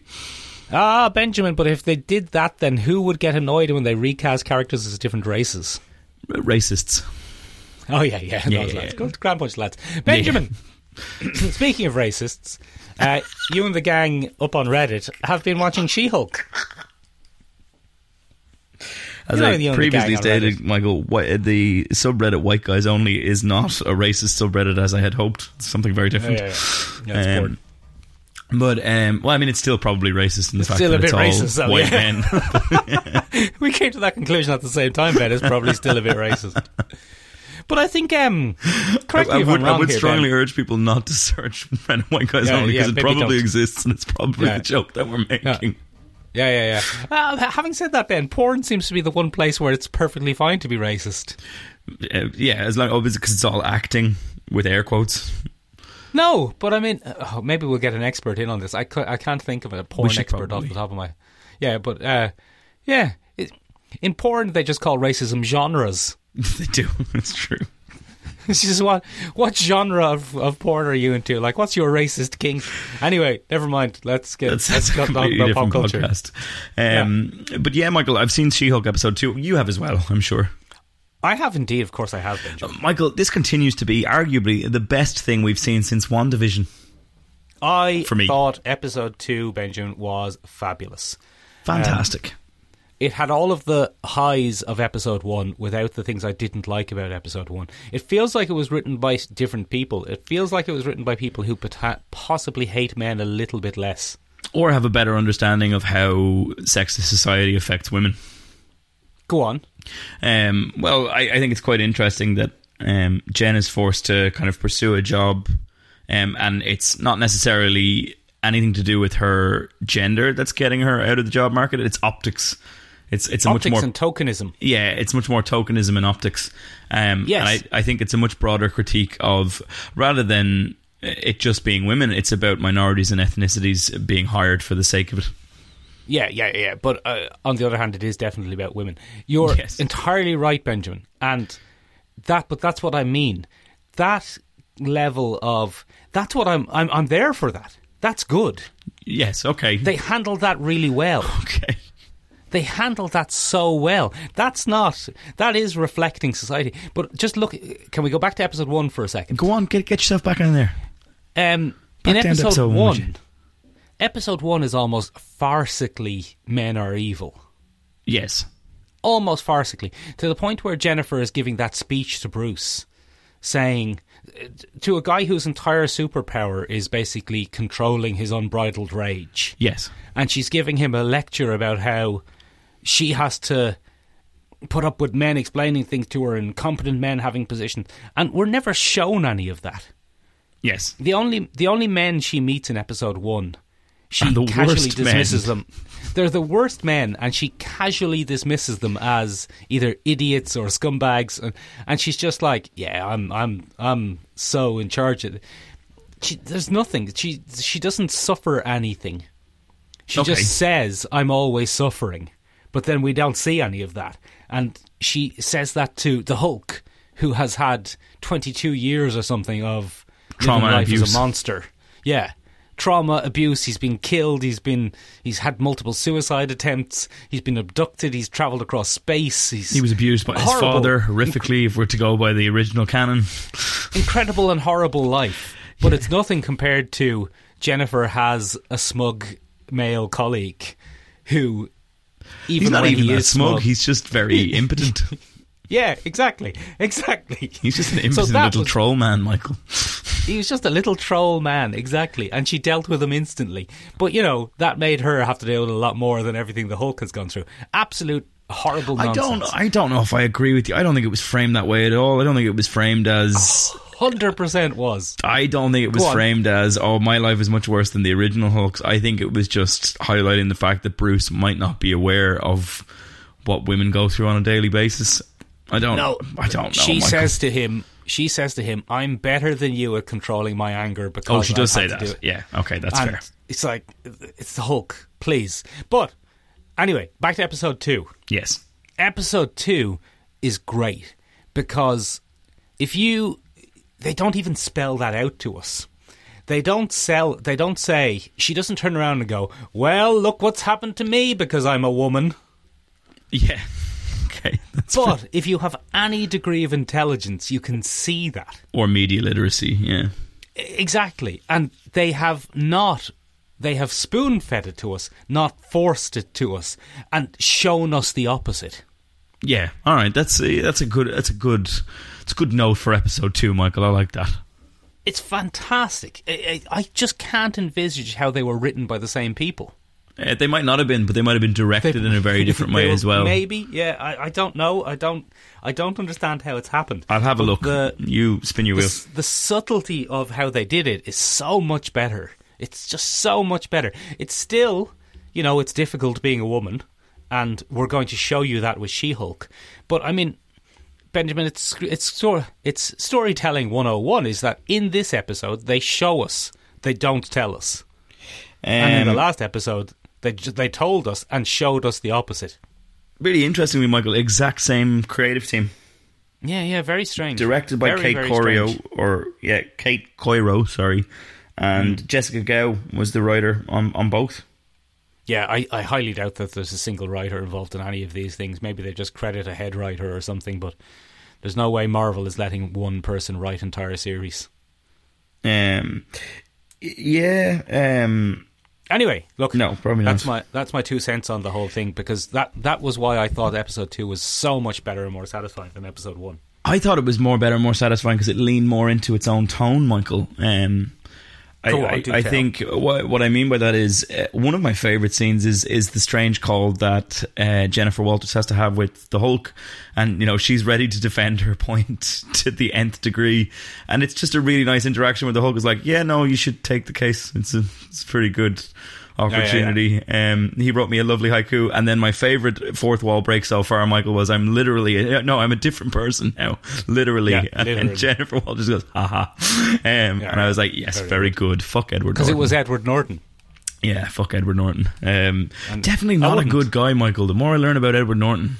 F: Ah, Benjamin, but if they did that, then who would get annoyed when they recast characters as different races?
B: R- racists.
F: Oh, yeah, yeah.
B: Yeah,
F: those
B: yeah,
F: lads.
B: yeah.
F: Good Grand Punch lads. Benjamin, speaking of racists, uh, you and the gang up on Reddit have been watching She Hulk.
B: As
F: You're not the
B: I
F: only
B: previously
F: gang on Reddit.
B: stated, Michael, whi- the subreddit "White Guys Only" is not a racist subreddit as I had hoped. It's something very different.
F: Yeah, it's
B: Um,
F: boring.
B: But um, well, I mean, it's still probably racist in the fact
F: still
B: that
F: a
B: it's
F: bit
B: all
F: racist, though,
B: white
F: yeah.
B: men.
F: we came to that conclusion at the same time, Ben. It's probably still a bit racist. But I think, um, correct me
B: I
F: if
B: would,
F: I'm wrong
B: I would
F: here,
B: strongly
F: Ben.
B: urge people not to search "Red and White Guys
F: Yeah,
B: Only"
F: yeah,
B: because it
F: maybe
B: probably
F: don't.
B: exists and it's probably
F: Yeah.
B: the joke that we're making.
F: Yeah, yeah, yeah. Uh, having said that, Ben, porn seems to be the one place where it's perfectly fine to be racist.
B: Uh, yeah, as long because it's all acting with air quotes.
F: No, but I mean, oh, maybe we'll get an expert in on this. I, cou- I can't think of a porn
B: should
F: expert off
B: probably.
F: the top of my. Yeah, but uh, yeah, it, in porn they just call racism genres.
B: they do. It's true.
F: It's just what what genre of, of porn are you into? Like, what's your racist kink? Anyway, never mind. Let's get
B: That's, that's
F: let's
B: a
F: cut on
B: completely
F: about pop
B: different
F: culture.
B: podcast. Um, But yeah, Michael, I've seen She-Hulk episode two. You have as well, I'm sure.
F: I have indeed, of course, I have. Benjamin.
B: Michael, this continues to be arguably the best thing we've seen since WandaVision.
F: I
B: For me.
F: thought episode two, Benjamin, was fabulous.
B: Fantastic.
F: It had all of the highs of episode one without the things I didn't like about episode one. It feels like it was written by s- different people. It feels like it was written by people who pota- possibly hate men a little bit less.
B: or have a better understanding of how sexist society affects women.
F: Go on.
B: Um, well, I, I think it's quite interesting that um, Jen is forced to kind of pursue a job, um, and it's not necessarily anything to do with her gender that's getting her out of the job market. It's optics. It's it's a
F: Optics
B: much more
F: and tokenism.
B: yeah, it's much more tokenism and optics. Um,
F: Yes.
B: And I, I think it's a much broader critique of, rather than it just being women, it's about minorities and ethnicities being hired for the sake of it.
F: Yeah, yeah, yeah. But uh, on the other hand, it is definitely about women. You're
B: Yes.
F: entirely right, Benjamin. And that, but that's what I mean. That level of that's what I'm. I'm, I'm there for that. That's good.
B: Yes, okay.
F: They handled that really well.
B: okay.
F: They handled that so well. That's not. That is reflecting society. But just look. Can we go back to episode one for a second?
B: Go on, get get yourself back in there.
F: Um,
B: Back
F: in
B: down to
F: episode,
B: episode one, would you?
F: one, episode one is almost farcically men are evil.
B: Yes.
F: almost farcically to the point where Jennifer is giving that speech to Bruce, saying uh, to a guy whose entire superpower is basically controlling his unbridled rage,
B: Yes.
F: and she's giving him a lecture about how she has to put up with men explaining things to her and competent men having positions, and we're never shown any of that.
B: Yes.
F: The only the only men she meets in episode one, she
B: Are the
F: casually
B: worst men.
F: dismisses them. They're the worst men, and she casually dismisses them as either idiots or scumbags, and, and she's just like, "Yeah, I'm I'm I'm so in charge of." It. She, there's nothing. She she doesn't suffer anything. She
B: Okay.
F: just says, "I'm always suffering," but then we don't see any of that. And she says that to the Hulk, who has had 22 years or something of living
B: Trauma and
F: life as
B: abuse.
F: a monster. Yeah, trauma, abuse. He's been killed. He's been. He's had multiple suicide attempts. He's been abducted. He's traveled across space. He's
B: He was abused by his
F: Horrible.
B: father horrifically, if we're to go by the original canon.
F: incredible and horrible life, but it's nothing compared to Jennifer has a smug male colleague who even
B: He's not
F: when
B: even
F: he
B: that
F: is
B: smug, he's just very impotent.
F: yeah, exactly, exactly.
B: He's just an impotent
F: that
B: little
F: was-
B: troll man, Michael.
F: He was just a little troll man, exactly, and she dealt with him instantly. But you know that made her have to deal with a lot more than everything the Hulk has gone through. Absolute horrible.
B: I
F: Nonsense.
B: don't I don't know if I agree with you. I don't think it was framed that way at all. I don't think it was framed as
F: Hundred percent was.
B: I don't think it was
F: Go on.
B: framed as oh my life is much worse than the original Hulk's. I think it was just highlighting the fact that Bruce might not be aware of what women go through on a daily basis. I don't
F: No,
B: I don't know.
F: She
B: Michael.
F: says to him, she says to him, "I'm better than you at controlling my anger because
B: Oh, she does
F: I've
B: say
F: had to do
B: that.
F: it."
B: Yeah. Okay, that's
F: and
B: fair.
F: It's like it's the Hulk, please. But anyway, back to episode two.
B: Yes.
F: Episode two is great because if you, they don't even spell that out to us. They don't sell. They don't say. She doesn't turn around and go, "Well, look what's happened to me because I'm a woman."
B: Yeah. Okay. That's fair.
F: But if you have any degree of intelligence, you can see that. E,
B: Or media literacy, yeah.
F: Exactly. And they have not, they have spoon fed it to us, not forced it to us, and shown us the opposite.
B: Yeah. All right. That's a, that's a good that's a good it's a good note for episode two, Michael. I like that.
F: It's fantastic. I, I, I just can't envisage how they were written by the same people.
B: Uh, they might not have been, but they might have been directed in a very different
F: They
B: way
F: were-
B: as well.
F: Maybe, yeah. I, I don't know. I don't. I don't understand how it's happened.
B: I'll have a
F: But
B: look.
F: The,
B: you spin your
F: the,
B: wheels.
F: s- the subtlety of how they did it is so much better. It's just so much better. It's still, you know, it's difficult being a woman, and we're going to show you that with She-Hulk. But I mean, Benjamin, it's sc- it's stor- it's storytelling 101 is that in this episode they show us, they don't tell us. And in the
B: Um,
F: last episode, they ju- they told us and showed us the opposite.
B: really interestingly, Michael, exact same creative team.
F: Yeah, yeah, very strange.
B: Directed by
F: Very,
B: Kate
F: very
B: Corio,
F: strange.
B: or yeah, Kate Coiro, sorry. And
F: Mm.
B: Jessica Gow was the writer on, on both.
F: Yeah, I, I highly doubt that there's a single writer involved in any of these things. Maybe they just credit a head writer or something, but there's no way Marvel is letting one person write entire series.
B: Um, y- yeah, um,
F: Anyway, look,
B: No, probably not.
F: That's my that's my two cents on the whole thing because that that was why I thought episode two was so much better and more satisfying than episode one.
B: I thought it was more better, more satisfying because it leaned more into its own tone, Michael. Um, I,
F: Go on,
B: I,
F: do
B: I
F: tell.
B: think what, what I mean by that is uh, one of my favorite scenes is is the strange call that uh, Jennifer Walters has to have with the Hulk, and you know she's ready to defend her point to the nth degree, and it's just a really nice interaction where the Hulk is like, "Yeah, no, you should take the case. It's a it's a pretty good."
F: yeah, yeah.
B: Opportunity. Um, he wrote me a lovely haiku, and then my favorite fourth wall break so far, Michael, was I'm literally uh, no, I'm a different person now, literally.
F: Yeah,
B: and then
F: literally.
B: Jennifer Walters goes, haha, um, and I was like, yes, very, good. Fuck Edward
F: Because
B: Norton.
F: it was Edward Norton.
B: yeah, fuck Edward Norton. Um, definitely
F: I
B: not a
F: wouldn't.
B: good guy, Michael. The more I learn about Edward Norton,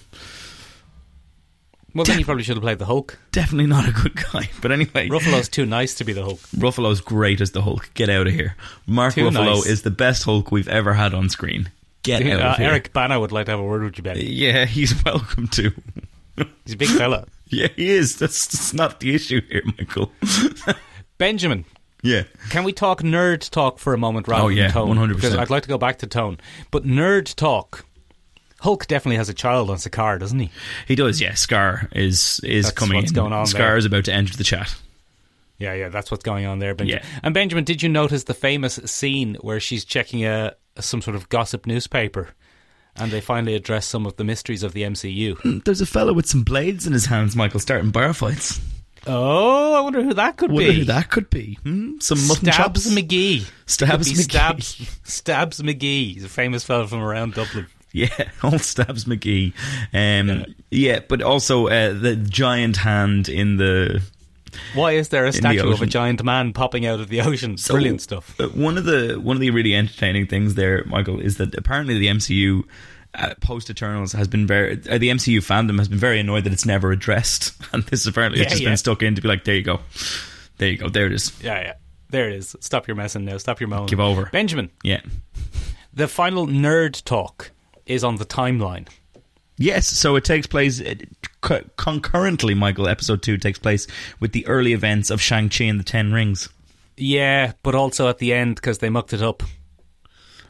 F: Well, then you probably should have played the Hulk.
B: definitely not a good guy. But anyway,
F: Ruffalo's too nice to be the Hulk.
B: Ruffalo's great as the Hulk. Get out of here. Mark
F: Too
B: Ruffalo
F: nice.
B: is the best Hulk we've ever had on screen. Get out
F: Uh,
B: of here.
F: Eric Bana would like to have a word with you, Ben.
B: Yeah, he's welcome to.
F: He's a big fella.
B: Yeah, he is. That's, that's not the issue here, Michael.
F: Benjamin,
B: yeah.
F: Can we talk nerd talk for a moment rather
B: Oh, yeah,
F: than tone?
B: 100%.
F: Because I'd like to go back to tone. But nerd talk. Hulk definitely has a child on Sakaar, doesn't he?
B: He does, yeah. Scar is is
F: That's
B: coming
F: what's
B: in.
F: going on
B: Scar
F: there.
B: is about to enter the chat.
F: Yeah, yeah, that's what's going on there, Benjamin.
B: Yeah.
F: And Benjamin, did you notice the famous scene where she's checking a some sort of gossip newspaper and they finally address some of the mysteries of the MCU?
B: There's a fellow with some blades in his hands, Michael, starting bar fights.
F: oh, I wonder who that could
B: Wonder
F: be.
B: who that could be. Hmm? Some mutton
F: Stabs
B: chops.
F: McGee.
B: Stabs
F: Could be
B: McGee.
F: Stabs, Stabs McGee. He's a famous fellow from around Dublin.
B: Yeah, all stabs McGee. Um, yeah. but also uh, the giant hand in the
F: Why is there a
B: the
F: statue of a
B: ocean.
F: giant man popping out of the ocean?
B: So,
F: Brilliant stuff.
B: uh, One of the one of the really entertaining things there, Michael, is that apparently the MCU uh, post Eternals has been very uh, the MCU fandom has been very annoyed that it's never addressed, and this apparently
F: Yeah,
B: has just
F: yeah.
B: been stuck in to be like, there you go, there you go, there it is.
F: Yeah, yeah. There it is. Stop your messing now. Stop your moaning.
B: Give over.
F: Benjamin,
B: Yeah.
F: the final nerd talk is on the timeline.
B: Yes, so it takes place uh, co- concurrently. Michael, episode two takes place with the early events of Shang Chi and the Ten Rings.
F: Yeah, but also at the end because they mucked it up.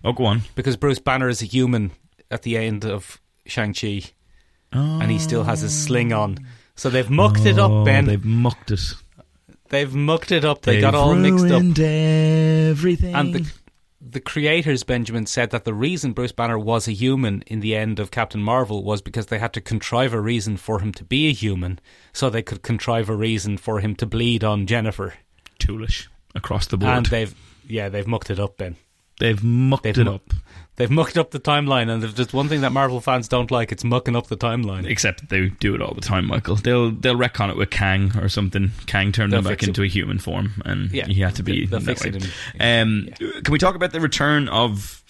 B: Oh, go on.
F: Because Bruce Banner is a human at the end of Shang-Chi and he still has his sling on. So they've mucked it up,
B: Oh,
F: Ben. They've,
B: they've mucked it.
F: mucked it up. They got all mixed up.
B: ruined Everything.
F: And the the creators, Benjamin, said that the reason Bruce Banner was a human in the end of Captain Marvel was because they had to contrive a reason for him to be a human, so they could contrive a reason for him to bleed on Jennifer.
B: toolish across the board.
F: And they've yeah, they've mucked it up, Ben.
B: They've mucked
F: They've
B: it
F: mu-
B: up.
F: They've mucked up the timeline, and if there's one thing that Marvel fans don't like, it's mucking up the timeline.
B: Except that they do it all the time, Michael. They'll they'll retcon it with Kang or something. Kang turned
F: They'll
B: them back
F: fix it.
B: into a human form, and
F: Yeah,
B: he had to be.
F: they'll
B: that
F: fix
B: way.
F: it
B: um, Can we talk about the return of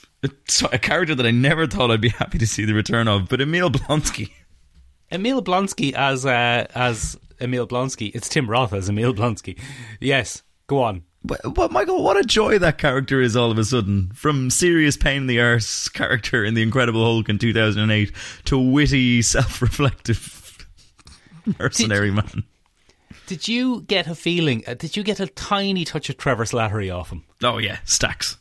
B: so- a character that I never thought I'd be happy to see the return of, but Emil Blonsky?
F: Emil Blonsky as uh, as Emil Blonsky. It's Tim Roth as Emil Blonsky. Yes, go on.
B: But, but Michael, what a joy that character is all of a sudden. From serious pain in the arse character in The Incredible Hulk in 2008 to witty, self reflective mercenary man.
F: Did you get a feeling? Uh, did you get a tiny touch of Trevor Slattery off him?
B: Oh, yeah, stacks.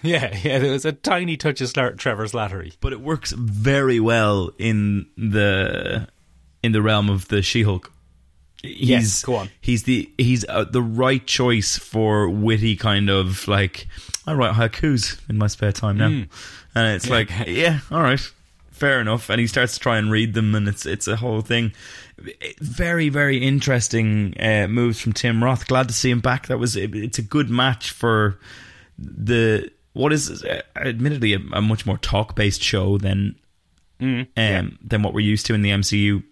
F: Yeah, yeah. There was a tiny touch of Slar- Trevor Slattery.
B: But it works very well in the in the realm of the She Hulk. He's,
F: Yes, go on.
B: He's the he's uh, the right choice for witty kind of like I write haikus in my spare time now,
F: Hmm.
B: and it's like yeah, all right, fair enough. And he starts to try and read them, and it's it's a whole thing. It- Very very interesting uh, moves from Tim Roth. Glad to see him back. That was it, it's a good match for the what is uh, admittedly a, a much more talk based show than
F: Mm,
B: um, than what we're used to in the MCU.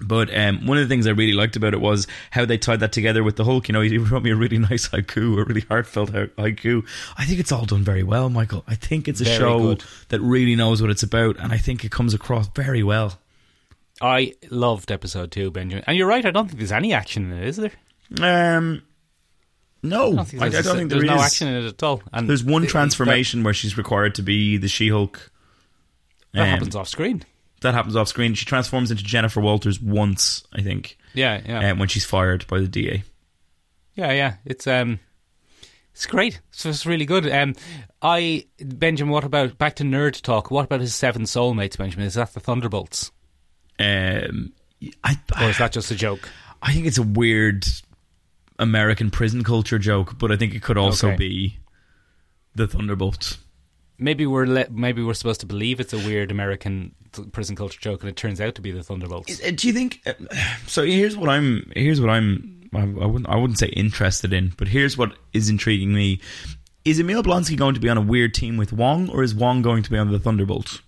B: But um, one of the things I really liked about it was how they tied that together with the Hulk. You know, he wrote me a really nice haiku, a really heartfelt ha- haiku. I think it's all done very well, Michael. I think it's a
F: Very
B: show
F: good.
B: that really knows what it's about, and I think it comes across very well.
F: I loved episode two, Benjamin. And you're right. I don't think there's any action in it, is there?
B: Um, no, I I don't think,
F: there's,
B: there
F: there's no
B: is.
F: action in it at all. And
B: There's one
F: th-
B: transformation where she's required to be the She-Hulk.
F: that, that
B: Um,
F: happens off screen.
B: that happens off screen. She transforms into Jennifer Walters once, I think,
F: Yeah, yeah,
B: um, when she's fired by the DA.
F: yeah, yeah. It's um, it's great. So it's really good. Um, I Benjamin, what about back to nerd talk? What about his seven soulmates, Benjamin? Is that the Thunderbolts,
B: Um, I,
F: or is that just a joke?
B: I think it's a weird American prison culture joke, but I think it could also
F: Okay.
B: be the Thunderbolt.
F: Maybe we're le- maybe we're supposed to believe it's a weird American th- prison culture joke, and it turns out to be the Thunderbolts.
B: Uh, Do you think? uh, So here's what I'm. Here's what I'm. I I wouldn't. I wouldn't say interested in, but here's what is intriguing me: Is Emil Blonsky going to be on a weird team with Wong, or is Wong going to be on the Thunderbolt?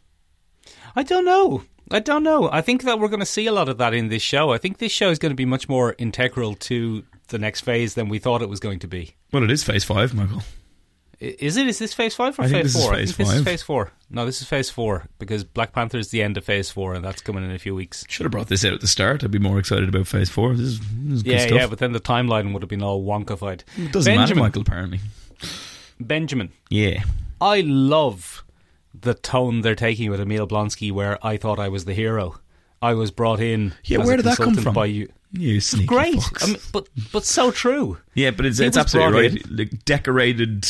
F: I don't know. I don't know. I think that we're going to see a lot of that in this show. I think this show is going to be much more integral to the next phase than we thought it was going to be.
B: Well, it is Phase Five, Michael.
F: I- Is it? Is this phase five
B: I
F: or phase
B: think this is
F: four?
B: phase
F: I think this
B: five.
F: is phase four. No, this is phase four because Black Panther is the end of phase four, and that's coming in a few weeks.
B: Should have brought this out at the start. I'd be more excited about Phase Four. This is, this is good
F: Yeah,
B: stuff.
F: yeah, but then the timeline would have been all wonkified.
B: it doesn't
F: Benjamin,
B: matter, Michael. Apparently,
F: Benjamin,
B: yeah.
F: I love the tone they're taking with Emil Blonsky, where I thought I was the hero. I was brought in.
B: Yeah,
F: as
B: where
F: a
B: did that come
F: consultant
B: from?
F: By you.
B: You sneaky
F: Great,
B: fox.
F: I mean, but but so true.
B: Yeah, but it's,
F: He
B: it's
F: was
B: absolutely
F: brought
B: right. Like, decorated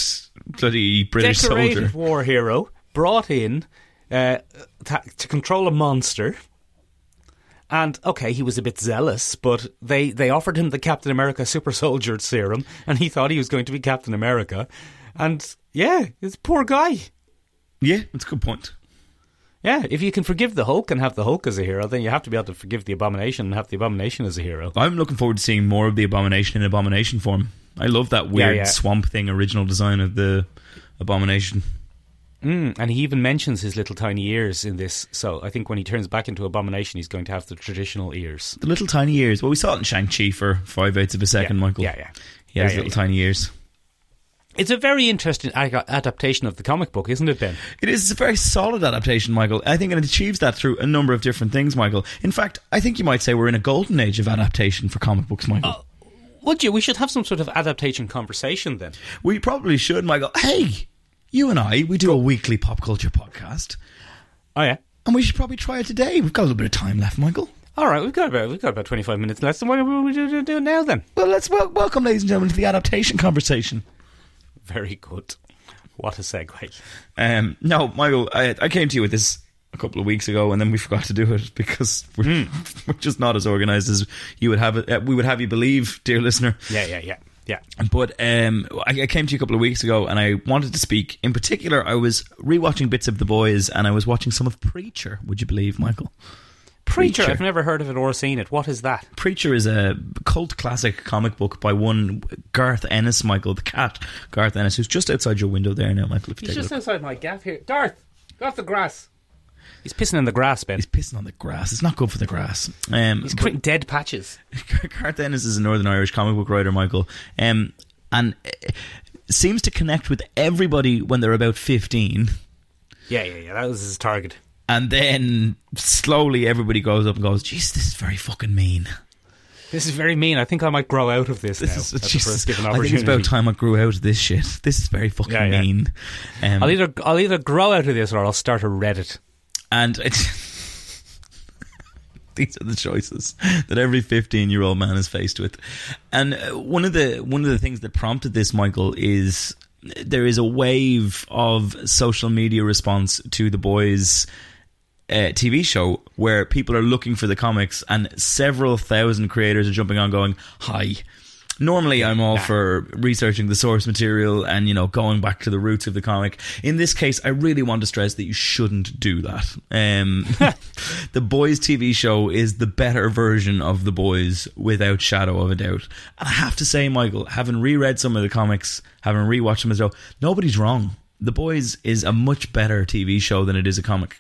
B: bloody British
F: Decorated
B: soldier.
F: war hero brought in uh, ta- to control a monster. And okay, he was a bit zealous, but they, they offered him the Captain America super soldier serum, and he thought he was going to be Captain America. And yeah, it's a poor guy.
B: Yeah, that's a good point.
F: Yeah, if you can forgive the Hulk and have the Hulk as a hero, then you have to be able to forgive the Abomination and have the Abomination as a hero.
B: I'm looking forward to seeing more of the Abomination in Abomination form. I love that weird
F: yeah.
B: swamp thing original design of the Abomination.
F: Mm, and he even mentions his little tiny ears in this, so I think when he turns back into Abomination, he's going to have the traditional ears.
B: The little tiny ears. Well, we saw it in Shang-Chi for five eighths of a second,
F: Yeah,
B: Michael.
F: yeah, yeah.
B: He has
F: Yeah, yeah,
B: little
F: yeah.
B: tiny ears.
F: It's a very interesting ag- adaptation of the comic book, isn't it, Ben?
B: It is a very solid adaptation, Michael. I think it achieves that through a number of different things, Michael. In fact, I think you might say we're in a golden age of adaptation for comic books, Michael.
F: Would you? We should have some sort of adaptation conversation then.
B: We probably should, Michael. Hey, you and I, we do a weekly pop culture podcast,
F: Oh yeah.
B: and we should probably try it today. We've got a little bit of time left, Michael.
F: All right, we've got about we've got about twenty five minutes left. So what do we do, do now then?
B: Well, let's wel- welcome, ladies and gentlemen, to the adaptation conversation.
F: Very good. What a segue.
B: Um, no, Michael, I, I came to you with this a couple of weeks ago, and then we forgot to do it because we're, we're just not as organised as you would have it. Uh, we would have you believe, dear listener.
F: Yeah, yeah, yeah, yeah.
B: But um, I, I came to you a couple of weeks ago, and I wanted to speak. In particular, I was rewatching bits of The Boys, and I was watching some of Preacher. Would you believe, Michael?
F: Preacher.
B: Preacher.
F: I've never heard of it or seen it. What is that?
B: Preacher is a cult classic comic book by one Garth Ennis, Michael the Cat. Garth Ennis, who's just outside your window there now, Michael. If you take a look.
F: outside my gaff here. Darth, go off the grass. He's pissing in the grass, Ben.
B: He's pissing on the grass. It's not good for the grass. Um,
F: He's creating dead patches.
B: Garth Ennis is a Northern Irish comic book writer, Michael, um, and uh, seems to connect with everybody when they're about fifteen.
F: Yeah, yeah, yeah. That was his target.
B: And then slowly everybody goes up and goes, "Jeez, this is very fucking mean."
F: This is very mean. I think I might grow out of this,
B: This
F: now.
B: is
F: at the
B: Jesus.
F: first given
B: I think it's about
F: opportunity.
B: time I grew out of this shit. This is very fucking
F: Yeah, yeah.
B: mean. Um,
F: I'll either I'll either grow out of this or I'll start a Reddit.
B: and it's, these are the choices that every 15 year old man is faced with and uh, one of the one of the things that prompted this michael is there is a wave of social media response to the boys uh, TV show where people are looking for the comics and several thousand creators are jumping on going, hi. Normally, I'm all for researching the source material and, you know, going back to the roots of the comic. In this case, I really want to stress that you shouldn't do that. Um, the Boys TV show is the better version of The Boys without shadow of a doubt. And I have to say, Michael, having reread some of the comics, having rewatched them as well, nobody's wrong. The Boys is a much better TV show than it is a comic.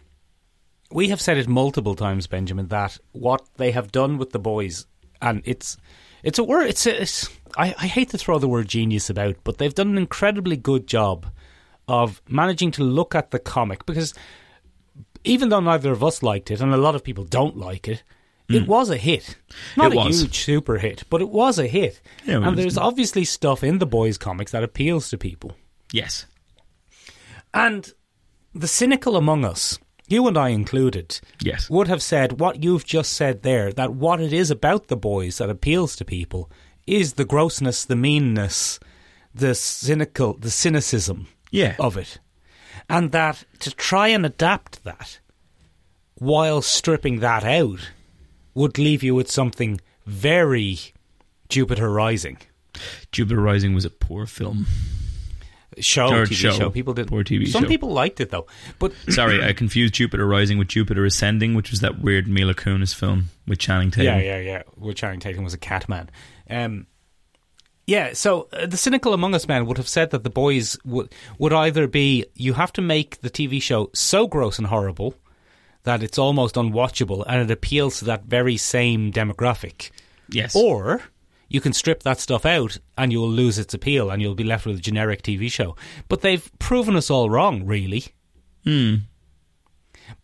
F: We have said it multiple times, Benjamin, that what they have done with the boys, and it's it's a word. It's, a, it's I, I hate to throw the word genius about, but they've done an incredibly good job of managing to look at the comic because even though neither of us liked it, and a lot of people don't like it. It was a hit,
B: Hmm.
F: not
B: It
F: a
B: was.
F: huge super hit, but it was a hit.
B: Yeah, it
F: and
B: was-
F: there's obviously stuff in the boys' comics that appeals to people.
B: Yes.
F: And the cynical among us, you and I included,
B: Yes.
F: would have said what you've just said there that what it is about the boys that appeals to people is the grossness, the meanness, the cynical, the cynicism
B: Yeah.
F: of it. And that to try and adapt that while stripping that out would leave you with something very Jupiter Rising.
B: Jupiter Rising was a poor film.
F: Show,
B: Or
F: TV
B: show.
F: show. People did
B: Poor TV
F: Some
B: show.
F: people liked it though, but
B: Sorry, I confused Jupiter Rising with Jupiter Ascending, which was that weird Mila Kunis film with Channing Tatum.
F: Yeah, yeah, yeah. Well, Channing Tatum was a cat man. Um, yeah, so uh, the cynical among us man would have said that the boys would would either be you have to make the TV show so gross and horrible that it's almost unwatchable and it appeals to that very same demographic,
B: Yes.
F: or you can strip that stuff out and you'll lose its appeal and you'll be left with a generic TV show. But they've proven us all wrong, really.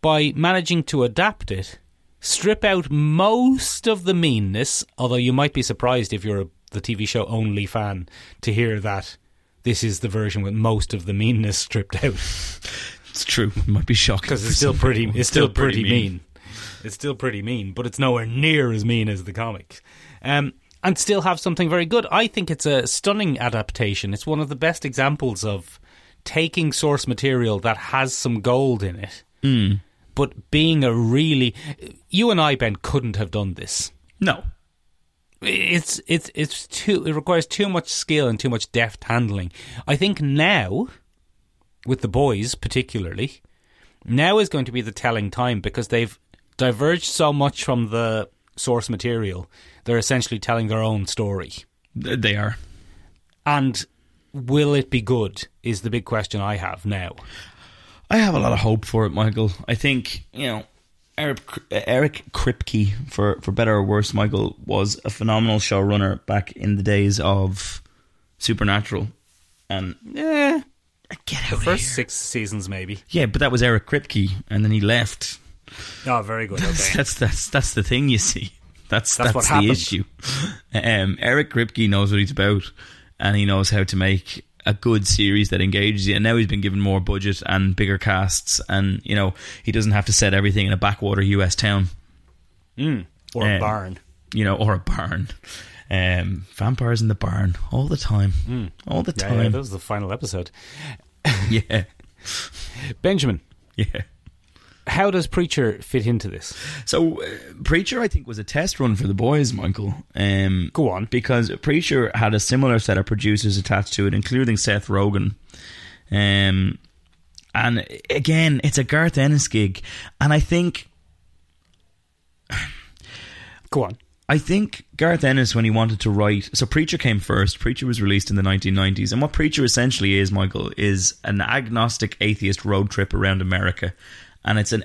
F: By managing to adapt it, strip out most of the meanness, although you might be surprised if you're a, the TV show only fan to hear that this is the version with most of the meanness stripped out
B: it's true. It might be shocking.
F: because
B: for
F: it's still
B: some
F: pretty.
B: people.
F: It's still pretty mean. It's still pretty mean, but it's nowhere near as mean as the comic, um, and still have something very good. I think it's a stunning adaptation. It's one of the best examples of taking source material that has some gold in it, but being a really you and I Ben couldn't have done this.
B: No.
F: It's it's it's too. It requires too much skill and too much deft handling. I think now, with the boys particularly, now is going to be the telling time because they've diverged so much from the source material. They're essentially telling their own story.
B: Th- They are.
F: And will it be good? Is the big question I have now.
B: I have a lot of hope for it, Michael. I think you know Eric Eric Kripke, for for better or worse, Michael was a phenomenal showrunner back in the days of Supernatural, and eh,
F: Yeah,
B: get out
F: first six seasons maybe.
B: Yeah, but that was Eric Kripke, and then he left.
F: Oh, very good.
B: That's-
F: Okay.
B: that's that's that's the thing you see. That's that's,
F: That's what
B: the
F: happened.
B: issue. Um, Eric Kripke knows what he's about, and he knows how to make a good series that engages you. And now he's been given more budget and bigger casts, and you know he doesn't have to set everything in a backwater U.S. town,
F: Hmm. or
B: Um,
F: Barn.
B: you know, or a barn. Um, vampires in the barn all the time, all the
F: Hmm. Yeah, yeah, that
B: time.
F: was the final episode.
B: Yeah, yeah.
F: Benjamin, how does Preacher fit into this?
B: So, uh, Preacher, I think, was a test run for the boys, Michael. Um,
F: Go on.
B: Because Preacher had a similar set of producers attached to it, including Seth Rogen. Um, and again, it's a Garth Ennis gig. And I think
F: Go on.
B: I think Garth Ennis, when he wanted to write, so Preacher came first. Preacher was released in the 1990s, and what Preacher essentially is, Michael, is an agnostic atheist road trip around America, and it's an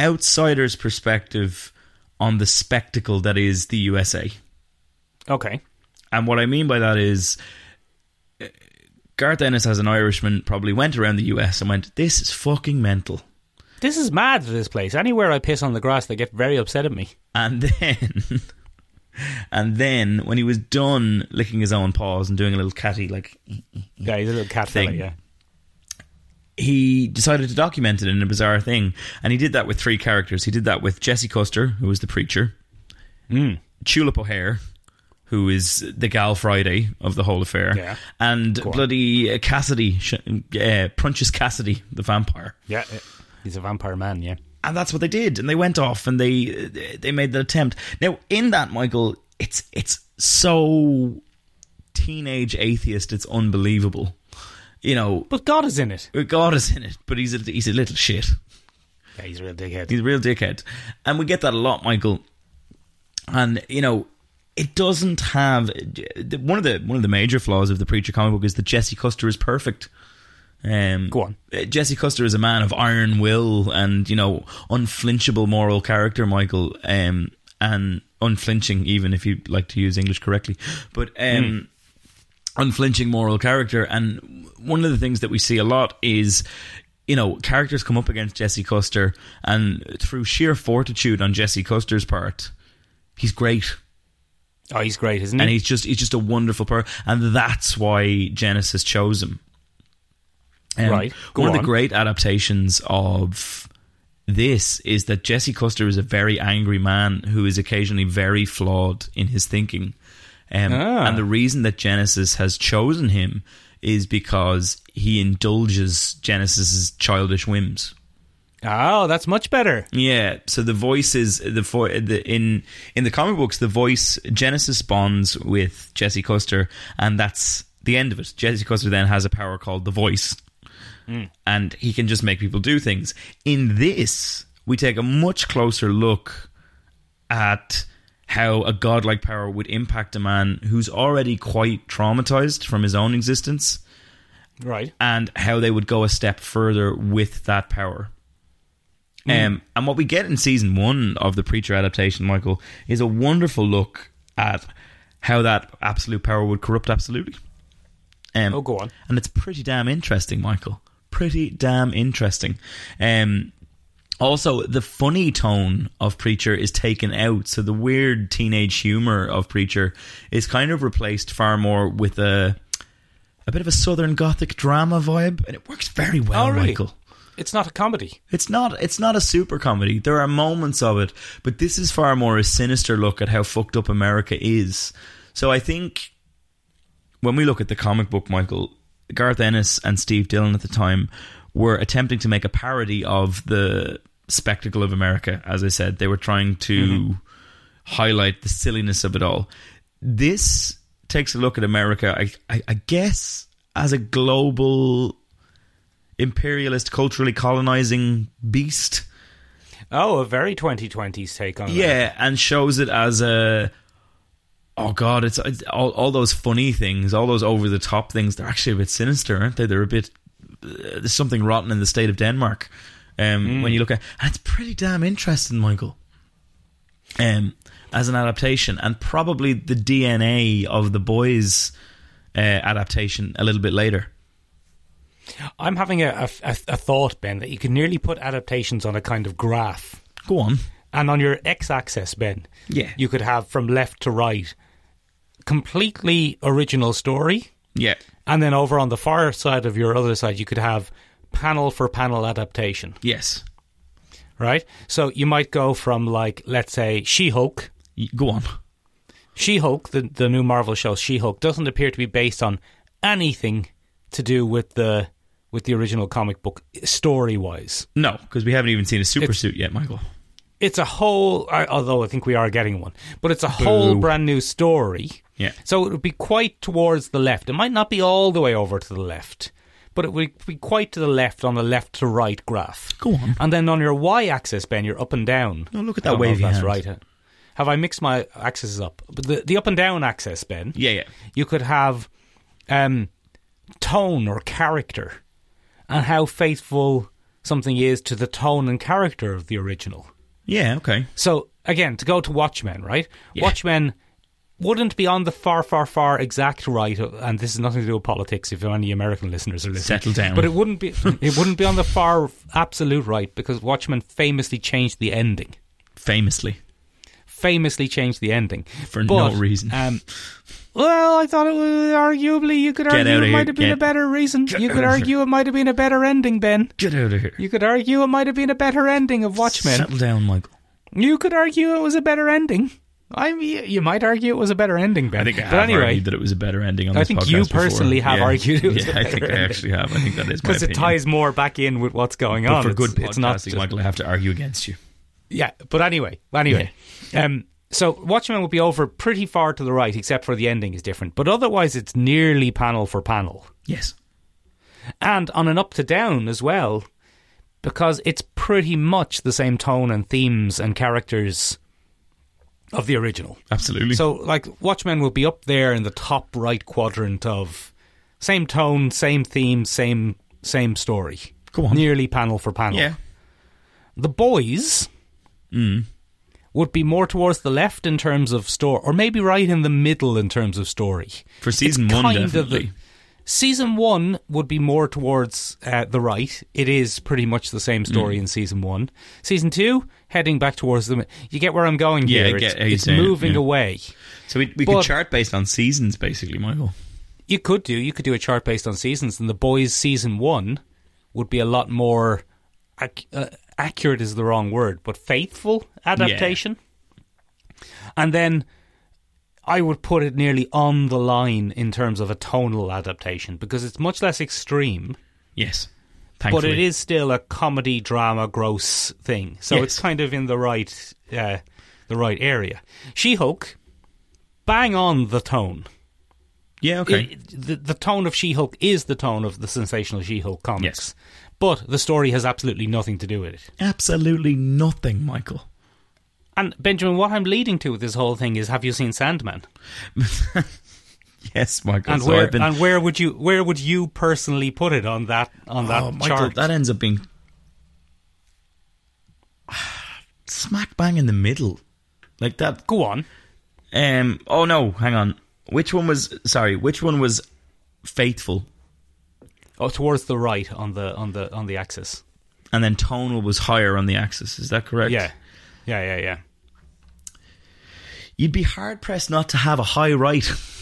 B: outsider's perspective on the spectacle that is the USA.
F: Okay.
B: And what I mean by that is uh, Garth Ennis, as an Irishman, probably went around the US and went, "This is fucking mental."
F: This is mad, this place. Anywhere I piss on the grass, they get very upset at me.
B: And then And then when he was done licking his own paws and doing a little catty like
F: Yeah, he's a little cat
B: Thing.
F: fella, yeah.
B: he decided to document it in a bizarre thing. And he did that with three characters. He did that with Jesse Custer, who was the preacher,
F: Hmm.
B: Tulip O'Hare, who is the Gal Friday of the whole affair,
F: Yeah.
B: and
F: Go on.
B: bloody uh, Cassidy, sh- uh, Prunches Cassidy, the vampire.
F: Yeah. yeah. He's a vampire man, yeah.
B: And that's what they did. And they went off and they they made the attempt. Now, in that, Michael, it's it's so teenage atheist. It's unbelievable. You know,
F: But God is in it.
B: God is in it, but he's a he's a little shit.
F: Yeah, he's a real dickhead.
B: He's a real dickhead. And we get that a lot, Michael. And, you know, it doesn't have one of the one of the major flaws of the Preacher comic book is that Jesse Custer is perfect. Um,
F: Go on.
B: uh, Jesse Custer is a man of iron will and you know unflinchable moral character, Michael, um, and unflinching even if you like to use English correctly, but um,
F: Hmm.
B: unflinching moral character. And one of the things that we see a lot is. You know, characters come up against Jesse Custer, and through sheer fortitude on Jesse Custer's part, he's great
F: Oh, he's great, isn't he?
B: and he's just he's just a wonderful person, and that's why Genesis chose him. Um,
F: Right, go
B: one of
F: on.
B: the great adaptations of this is that Jesse Custer is a very angry man who is occasionally very flawed in his thinking, um,
F: Ah.
B: and the reason that Genesis has chosen him is because he indulges Genesis's childish whims.
F: oh, that's much better.
B: Yeah, so the voices the, vo- the in in the comic books the voice Genesis bonds with Jesse Custer and that's the end of it. Jesse Custer then has a power called the voice. And he can just make people do things. In this, we take a much closer look at how a godlike power would impact a man who's already quite traumatized from his own existence Mm.
F: Right.
B: and how they would go a step further with that power.
F: Mm.
B: Um, and what we get in season one of the Preacher adaptation, Michael, is a wonderful look at how that absolute power would corrupt absolutely. Um,
F: Oh, go on.
B: And it's pretty damn interesting, Michael. Pretty damn interesting. Um, also, the funny tone of Preacher is taken out, so the weird teenage humor of Preacher is kind of replaced far more with a a bit of a Southern Gothic drama vibe, and it works very well,
F: Oh, really?
B: Michael.
F: It's not a comedy.
B: It's not it's not a super comedy. There are moments of it, but this is far more a sinister look at how fucked up America is. So I think when we look at the comic book, Michael, Garth Ennis and Steve Dillon at the time were attempting to make a parody of the spectacle of America, as I said. They were trying to highlight the silliness of it all. This takes a look at America, I, I, I guess, as a global imperialist, culturally colonizing beast.
F: Oh, a very 2020s take on it.
B: Yeah, and shows it as a oh god, it's, it's all all those funny things, all those over the top things. They're actually a bit sinister, aren't they? They're a bit uh, there's something rotten in the state of Denmark. Um, When you look at, and it's pretty damn interesting, Michael. Um, as an adaptation, and probably the DNA of the boys uh, adaptation a little bit later.
F: I'm having a, a, a a thought, Ben, that you can nearly put adaptations on a kind of graph.
B: Go on.
F: And on your x axis, Ben,
B: Yeah.
F: you could have from left to right completely original story.
B: Yeah.
F: And then over on the far side of your other side, you could have panel for panel adaptation,
B: Yes.
F: right? So you might go from, like, let's say, She Hulk.
B: Y- Go on.
F: She Hulk, the, the new Marvel show She Hulk, doesn't appear to be based on anything to do with the with the original comic book story wise.
B: No, because we haven't even seen a super
F: It's-
B: suit yet, Michael.
F: it's a whole I- although i think we are getting one but it's a whole brand new story
B: Yeah.
F: so it would be quite towards the left it might not be all the way over to the left but it would be quite to the left on the left to right graph
B: Go on.
F: and then on your y-axis ben you're up and down
B: Oh, look at that
F: I don't know if
B: wavy hand.
F: that's right have i mixed my axes up but the, the up and down axis ben
B: Yeah, yeah.
F: you could have um, tone or character and how faithful something is to the tone and character of the original
B: Yeah, okay.
F: so again, to go to Watchmen, right?
B: Yeah.
F: Watchmen wouldn't be on the far, far, far exact right, and this is nothing to do with politics. If any American listeners are listening,
B: Settle down.
F: But it wouldn't be it wouldn't be on the far absolute right because Watchmen famously changed the ending.
B: Famously.
F: famously changed the ending
B: For
F: But,
B: no reason.
F: Um, well, I thought it was arguably you could
B: out
F: argue
B: of
F: it
B: here,
F: might have been
B: get-
F: a better reason. You could
B: out of
F: argue it might have been a better ending, Ben.
B: Get out of here.
F: You could argue it might have been a better ending of Watchmen.
B: Settle down, Michael.
F: You could argue it was a better ending. I mean, you might argue it was a better ending, Ben.
B: I think I
F: but
B: have
F: anyway,
B: argued that it was a better ending on
F: I
B: this
F: think
B: podcast
F: you
B: before.
F: personally have
B: Yeah.
F: argued it was
B: yeah,
F: a
B: I
F: better
B: think I
F: ending.
B: actually have. I think that is my
F: because it
B: opinion.
F: ties more back in with what's going
B: But
F: on.
B: for
F: it's,
B: good
F: it's not
B: podcasting,
F: just-
B: Michael, I have to argue against you.
F: yeah, but anyway, anyway, um, so Watchmen will be over pretty far to the right, except for the ending is different. But otherwise, it's nearly panel for panel,
B: Yes.
F: and on an up to down as well, because it's pretty much the same tone and themes and characters of the original.
B: Absolutely.
F: So, like, Watchmen will be up there in the top right quadrant of same tone, same theme, same same story.
B: Go on.
F: Nearly panel for panel.
B: yeah.
F: The Boys
B: Mm.
F: would be more towards the left in terms of story, or maybe right in the middle in terms of story.
B: For season
F: It's
B: one,
F: kind of
B: definitely.
F: the- Season one would be more towards uh, the right. It is pretty much the same story
B: Mm.
F: in season one. Season two, heading back towards the. mi- You get where I'm going
B: Yeah, I
F: here.
B: get
F: it's
B: how you're
F: it's
B: saying it,
F: moving
B: yeah.
F: away.
B: so we, we
F: but-
B: could chart based on seasons, basically, Michael.
F: You could do. You could do a chart based on seasons, and the boys' season one would be a lot more ac- uh, accurate is the wrong word, but faithful adaptation. And then I would put it nearly on the line in terms of a tonal adaptation because it's much less extreme,
B: Yes.
F: but
B: Thankfully.
F: it is still a comedy drama gross thing. So it's
B: Yes.
F: kind of in the right uh, the right area. She Hulk, bang on the tone.
B: Yeah, okay.
F: It- the, the tone of She Hulk is the tone of the sensational She Hulk comics.
B: Yes.
F: But the story has absolutely nothing to do with it.
B: Absolutely nothing, Michael.
F: And Benjamin, what I'm leading to with this whole thing is have you seen Sandman?
B: Yes, Michael.
F: And
B: so
F: where
B: I've been,
F: and where would you where would you personally put it on that on that
B: oh, Michael,
F: chart?
B: that ends up being smack bang in the middle, like that.
F: Go on.
B: Um. Oh no, hang on. Which one was sorry? Which one was faithful?
F: Oh, towards the right on the on the on the axis.
B: And then tonal was higher on the axis. Is that correct?
F: Yeah. Yeah, yeah, yeah.
B: You'd be hard pressed not to have a high right.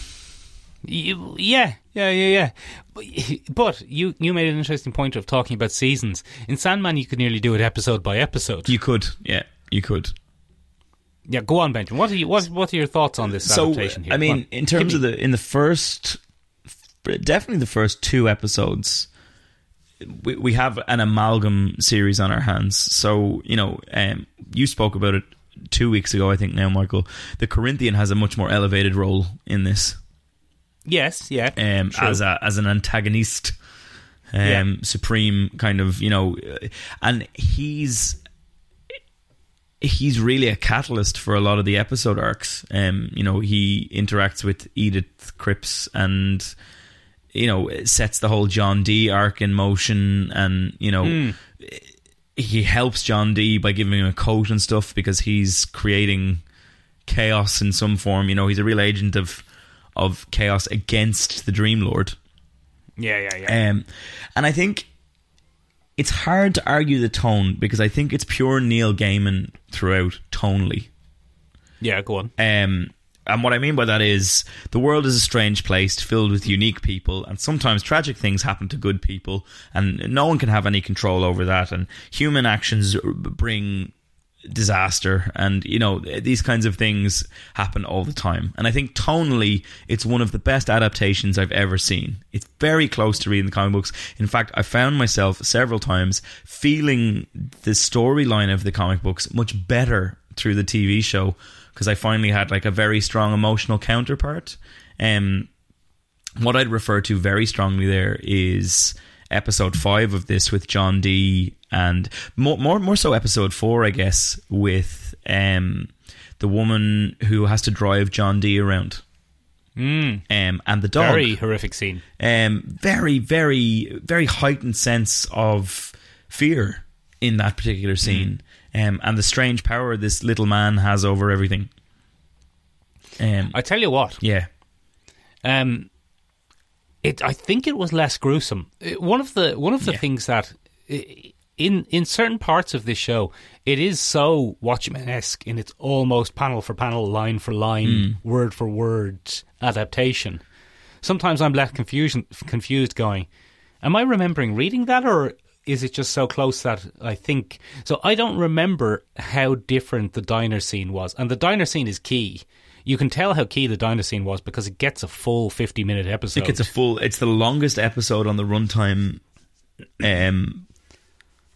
F: You, yeah, yeah, yeah, yeah. But- But you you made an interesting point of talking about seasons. In Sandman, you could nearly do it episode by episode.
B: You could. Yeah, you could.
F: Yeah, go on, Benjamin. What are you, what what are your thoughts on this adaptation here?
B: I
F: Go
B: mean,
F: on.
B: in terms
F: Give
B: of
F: me-
B: the in the first, definitely the first two episodes, we we have an amalgam series on our hands. So you know, um, you spoke about it two weeks ago, I think. Now, Michael, the Corinthian has a much more elevated role in this
F: yes, yeah,
B: um,
F: true.
B: as a, as an antagonist, um,
F: Yeah.
B: supreme kind of you know, uh, and he's he's really a catalyst for a lot of the episode arcs. Um, you know, he interacts with Edith Cripps and you know sets the whole John D arc in motion, and you know. He helps John D by giving him a coat and stuff because he's creating chaos in some form. You know, he's a real agent of of chaos against the Dream Lord.
F: yeah, yeah, yeah.
B: Um, and I think it's hard to argue the tone because I think it's pure Neil Gaiman throughout tonally.
F: yeah, go on.
B: Um, and what I mean by that is the world is a strange place filled with unique people, and sometimes tragic things happen to good people, and no one can have any control over that. And human actions bring disaster, and you know, these kinds of things happen all the time. And I think tonally, it's one of the best adaptations I've ever seen. It's very close to reading the comic books. In fact, I found myself several times feeling the storyline of the comic books much better through the TV show because I finally had like a very strong emotional counterpart. Um, what I'd refer to very strongly there is episode five of this with John D. and more more more so episode four, I guess, with um the woman who has to drive John D. around. Um, and the dog
F: Very horrific scene.
B: um, very, very, very heightened sense of fear in that particular scene, um, and the strange power this little man has over everything. Um,
F: I tell you what,
B: yeah,
F: um, it I think it was less gruesome. Uh, One of the one of the
B: Yeah.
F: things that uh, in in certain parts of this show, it is so Watchmen esque in its almost panel for panel, line for line,
B: Hmm.
F: word for word adaptation. Sometimes I'm left confusion confused, going, "Am I remembering reading that, or is it just so close that I think?" So I don't remember how different the diner scene was, and the diner scene is key. You can tell how key the diner scene was because it gets a full fifty minute episode.
B: I think it's a full. It's the longest episode on the runtime, um,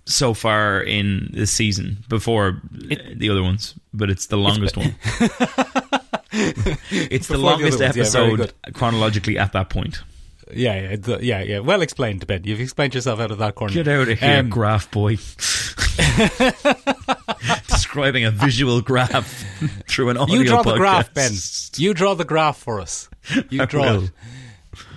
B: so far in the season. Before uh, the other ones, but it's the longest one. it's the
F: Before the other
B: longest
F: ones, yeah, very
B: episode chronologically at that point.
F: Yeah, yeah, it's, uh, yeah, yeah. Well explained, Ben. You've explained yourself out of that corner.
B: Get out of here,
F: Um,
B: graph boy. Describing a visual graph through an audio
F: you draw
B: podcast.
F: the graph, Ben. You draw the graph for us. You
B: I
F: draw
B: will.
F: it,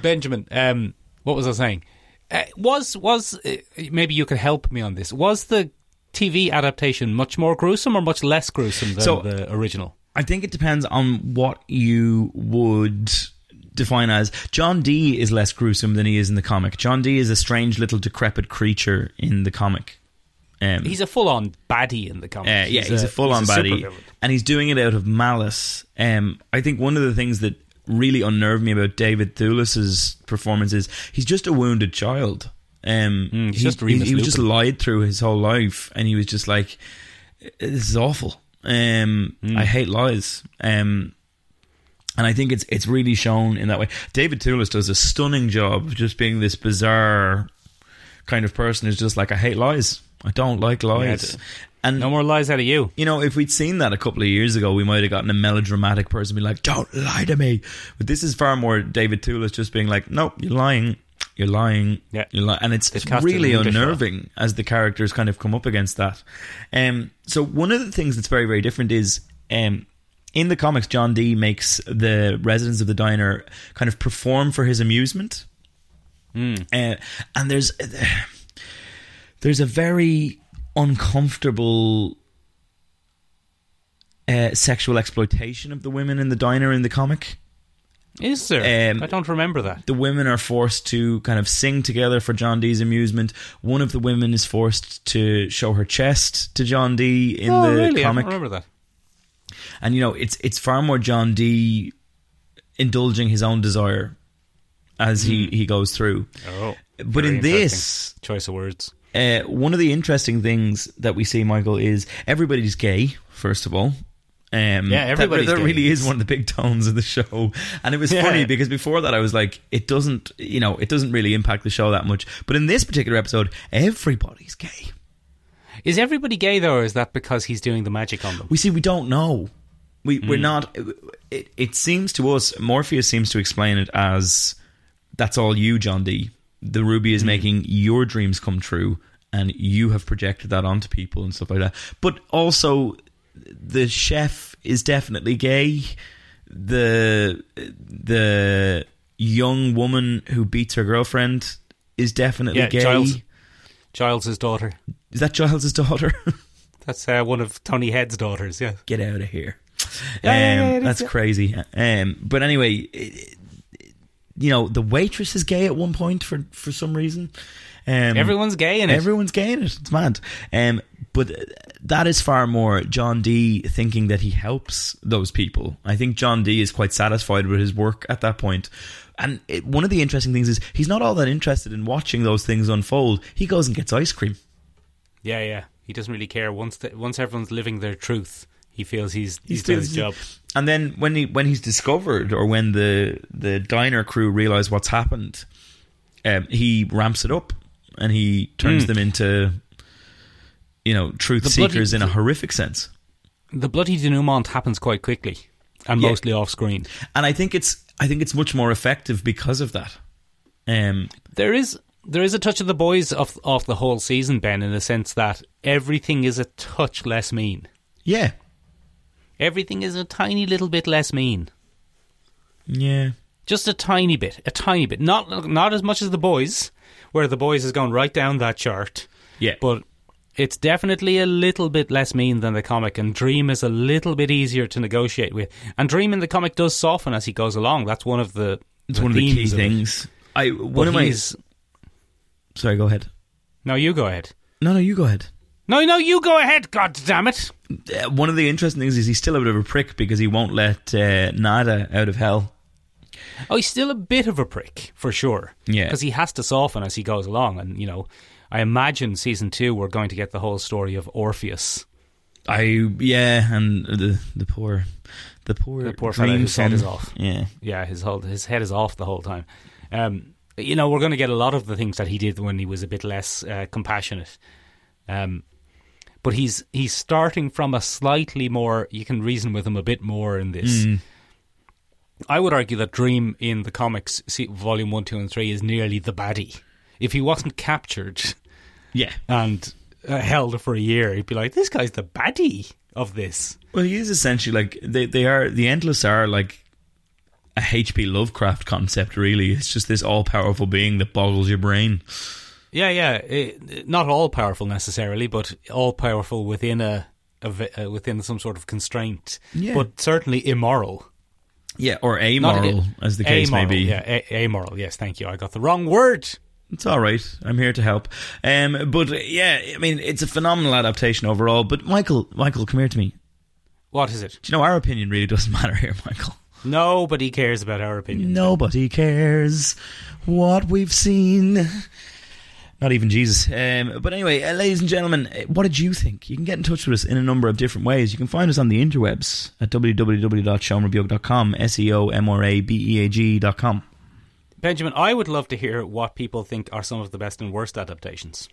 F: Benjamin. Um, what was I saying? Uh, was was uh, maybe you could help me on this? Was the TV adaptation much more gruesome or much less gruesome than
B: So-
F: the original?
B: I think it depends on what you would define as. John D is less gruesome than he is in the comic. John D is a strange little decrepit creature in the comic. Um,
F: He's a full-on baddie in the comics.
B: uh, yeah, he's, a, full on
F: he's a
B: baddie,
F: supervillain.
B: and he's doing it out of malice. Um, I think one of the things that really unnerved me about David Thewlis's performance is he's just a wounded child. Um,
F: Mm, he's
B: he,
F: just
B: he,
F: Remus
B: he was just
F: Lupin.
B: lied through his whole life, and he was just like, "This is awful. Um,
F: Mm.
B: I hate lies." Um, and I think it's it's really shown in that way. David Thewlis does a stunning job of just being this bizarre kind of person who's just like, "I hate lies. I don't like lies."
F: d-
B: and
F: No more lies out of you.
B: you know, if we'd seen that a couple of years ago, we might have gotten a melodramatic person be like, "Don't lie to me." But this is far more David Toulis just being like, "Nope, you're lying, you're lying,
F: Yeah.
B: you're lying," and it's, it's
F: cast
B: really
F: an English
B: unnerving as the characters kind of come up against that. Um, so one of the things that's very very different is um, in the comics, John D makes the residents of the diner kind of perform for his amusement, Uh, and there's there's a very uncomfortable uh, sexual exploitation of the women in the diner in the comic.
F: Is there?
B: Um,
F: I don't remember that.
B: The women are forced to kind of sing together for John Dee's amusement. One of the women is forced to show her chest to John Dee in
F: oh,
B: the
F: really?
B: comic
F: I don't remember that.
B: and you know it's it's far more John D indulging his own desire as he
F: Mm-hmm.
B: he goes through.
F: Oh,
B: But in this,
F: choice of words.
B: uh, one of the interesting things that we see, Michael, is everybody's gay. First of all. Um,
F: Yeah, everybody's
B: that, that
F: gay.
B: really is one of the big tones of the show, and it was
F: Yeah.
B: funny because before that I was like, it doesn't, you know, it doesn't really impact the show that much. But in this particular episode, everybody's gay.
F: Is everybody gay though, or is that because he's doing the magic on them?
B: We see, we don't know. We we're
F: Hmm.
B: not. It, it seems to us, Morpheus seems to explain it as that's all you, John D. The ruby
F: Hmm.
B: is making your dreams come true, and you have projected that onto people and stuff like that. But also, the chef is definitely gay. The the young woman who beats her girlfriend is definitely
F: Yeah,
B: gay.
F: Giles. Giles's daughter.
B: Is that Giles' daughter?
F: That's uh, one of Tony Head's daughters. Yeah.
B: get out of here.
F: Yeah, yeah, yeah,
B: Um,
F: yeah,
B: that's
F: yeah.
B: crazy. Um, but anyway, it, it- you know, the waitress is gay at one point for for some reason. Um,
F: Everyone's gay in it.
B: Everyone's gay in it. It's mad. Um, but that is far more John D thinking that he helps those people. I think John D is quite satisfied with his work at that point. And it, one of the interesting things is he's not all that interested in watching those things unfold. He goes and gets ice cream.
F: yeah, yeah. He doesn't really care. Once the, once everyone's living their truth, he feels he's
B: He
F: he's done
B: feels
F: his
B: he's-
F: job.
B: And then when he when he's discovered, or when the the diner crew realize what's happened, um, he ramps it up and he turns them into, you know, truth
F: Hmm. The bloody-
B: seekers in a horrific sense.
F: The bloody denouement happens quite quickly, and
B: Yeah.
F: mostly off screen.
B: And I think it's I think it's much more effective because of that. Um,
F: There is there is a touch of the boys of of the whole season, Ben, in the sense that everything is a touch less mean.
B: yeah,
F: Everything is a tiny little bit less mean.
B: yeah.
F: just a tiny bit, a tiny bit. Not not as much as the boys, where the boys has gone right down that chart.
B: Yeah.
F: but it's definitely a little bit less mean than the comic, and Dream is a little bit easier to negotiate with. And Dream in the comic does soften as he goes along. That's one of the
B: It's one of the key
F: themes it.
B: things. I
F: But
B: one of my
F: he's-
B: sorry, go ahead.
F: no, you go ahead.
B: No, no, you go ahead.
F: No, no, you go ahead. God damn it!
B: Uh, one of the interesting things is he's still a bit of a prick because he won't let uh, Nada out of hell.
F: Oh, he's still a bit of a prick for sure.
B: Yeah.
F: because he has to soften as he goes along, and you know, I imagine season two we're going to get the whole story of Orpheus.
B: I yeah, and the the poor, the poor,
F: The poor fella
B: dream
F: whose head
B: son.
F: is off.
B: Yeah,
F: Yeah, his whole his head is off the whole time. Um, you know, we're going to get a lot of the things that he did when he was a bit less uh, compassionate. Um, but he's he's starting from a slightly more. You can reason with him a bit more in this. I would argue that Dream in the comics, see, volume one, two, and three, is nearly the baddie. If he wasn't captured
B: yeah.
F: and uh, held for a year, he'd be like, "This guy's the baddie of this."
B: Well, he is essentially like they they are the endless are like a H.P. Lovecraft concept. Really, it's just this all powerful being that boggles your brain.
F: Yeah, yeah. It, not all powerful necessarily, but all powerful within a, a v- uh, within some sort of constraint.
B: Yeah.
F: But certainly immoral.
B: Yeah, or
F: Not-
B: amoral, as the case
F: amoral,
B: may be.
F: Yeah, a- amoral. Yes, thank you. I got the wrong word.
B: It's all right. I'm here to help. Um, but uh, yeah, I mean, it's a phenomenal adaptation overall. But Michael, Michael, come here to me.
F: What is it?
B: Do you know our opinion really doesn't matter here, Michael?
F: Nobody cares about our opinion.
B: Nobody cares what we've seen. Not even Jesus. Um, but anyway, uh, ladies and gentlemen, uh, what did you think? You can get in touch with us in a number of different ways. You can find us on the interwebs at www.showmrabeog.com, S E O M R A B E A G.com.
F: Benjamin, I would love to hear what people think are some of the best and worst adaptations.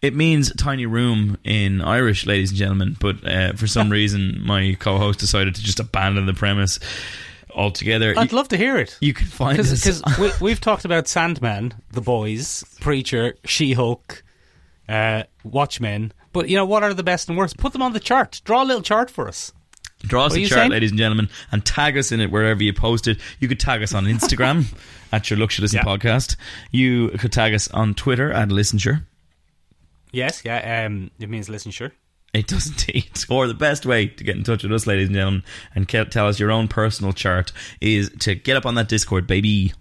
B: It means tiny room in Irish, ladies and gentlemen, but uh, for some reason my co host decided to just abandon the premise altogether.
F: I'd
B: You,
F: love to hear it.
B: you can find us.
F: Because we, we've talked about Sandman, The Boys, Preacher, She Hulk, uh, Watchmen. But, you know, what are the best and worst? Put them on the chart. Draw a little chart for us.
B: Draw us
F: What are
B: a
F: you
B: chart,
F: saying?
B: ladies and gentlemen, and tag us in it wherever you post it. You could tag us on Instagram at your Look Should Listen
F: Yeah.
B: podcast. You could tag us on Twitter at Listener.
F: Yes, yeah. Um, it means listen, sure.
B: It does indeed. Or the best way to get in touch with us, ladies and gentlemen, and ke- tell us your own personal chart is to get up on that Discord, baby.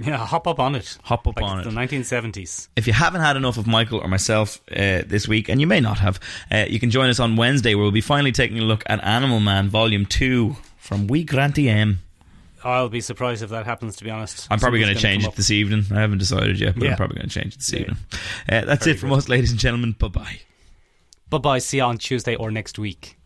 F: Yeah, hop up on it.
B: Hop up
F: Like
B: on
F: it's
B: it.
F: The 1970s.
B: If you haven't had enough of Michael or myself uh, this week, and you may not have, uh, you can join us on Wednesday where we'll be finally taking a look at Animal Man Volume 2 from We Granty M.
F: I'll be surprised if that happens, to be honest.
B: I'm probably going to
F: Something's gonna
B: change
F: come
B: it this evening. I haven't decided yet, but
F: Yeah.
B: I'm probably going to change it this
F: Yeah.
B: evening. Uh, that's
F: Very
B: it from
F: good.
B: us, ladies and gentlemen. Bye bye.
F: up. Bye bye. See you on Tuesday or next week.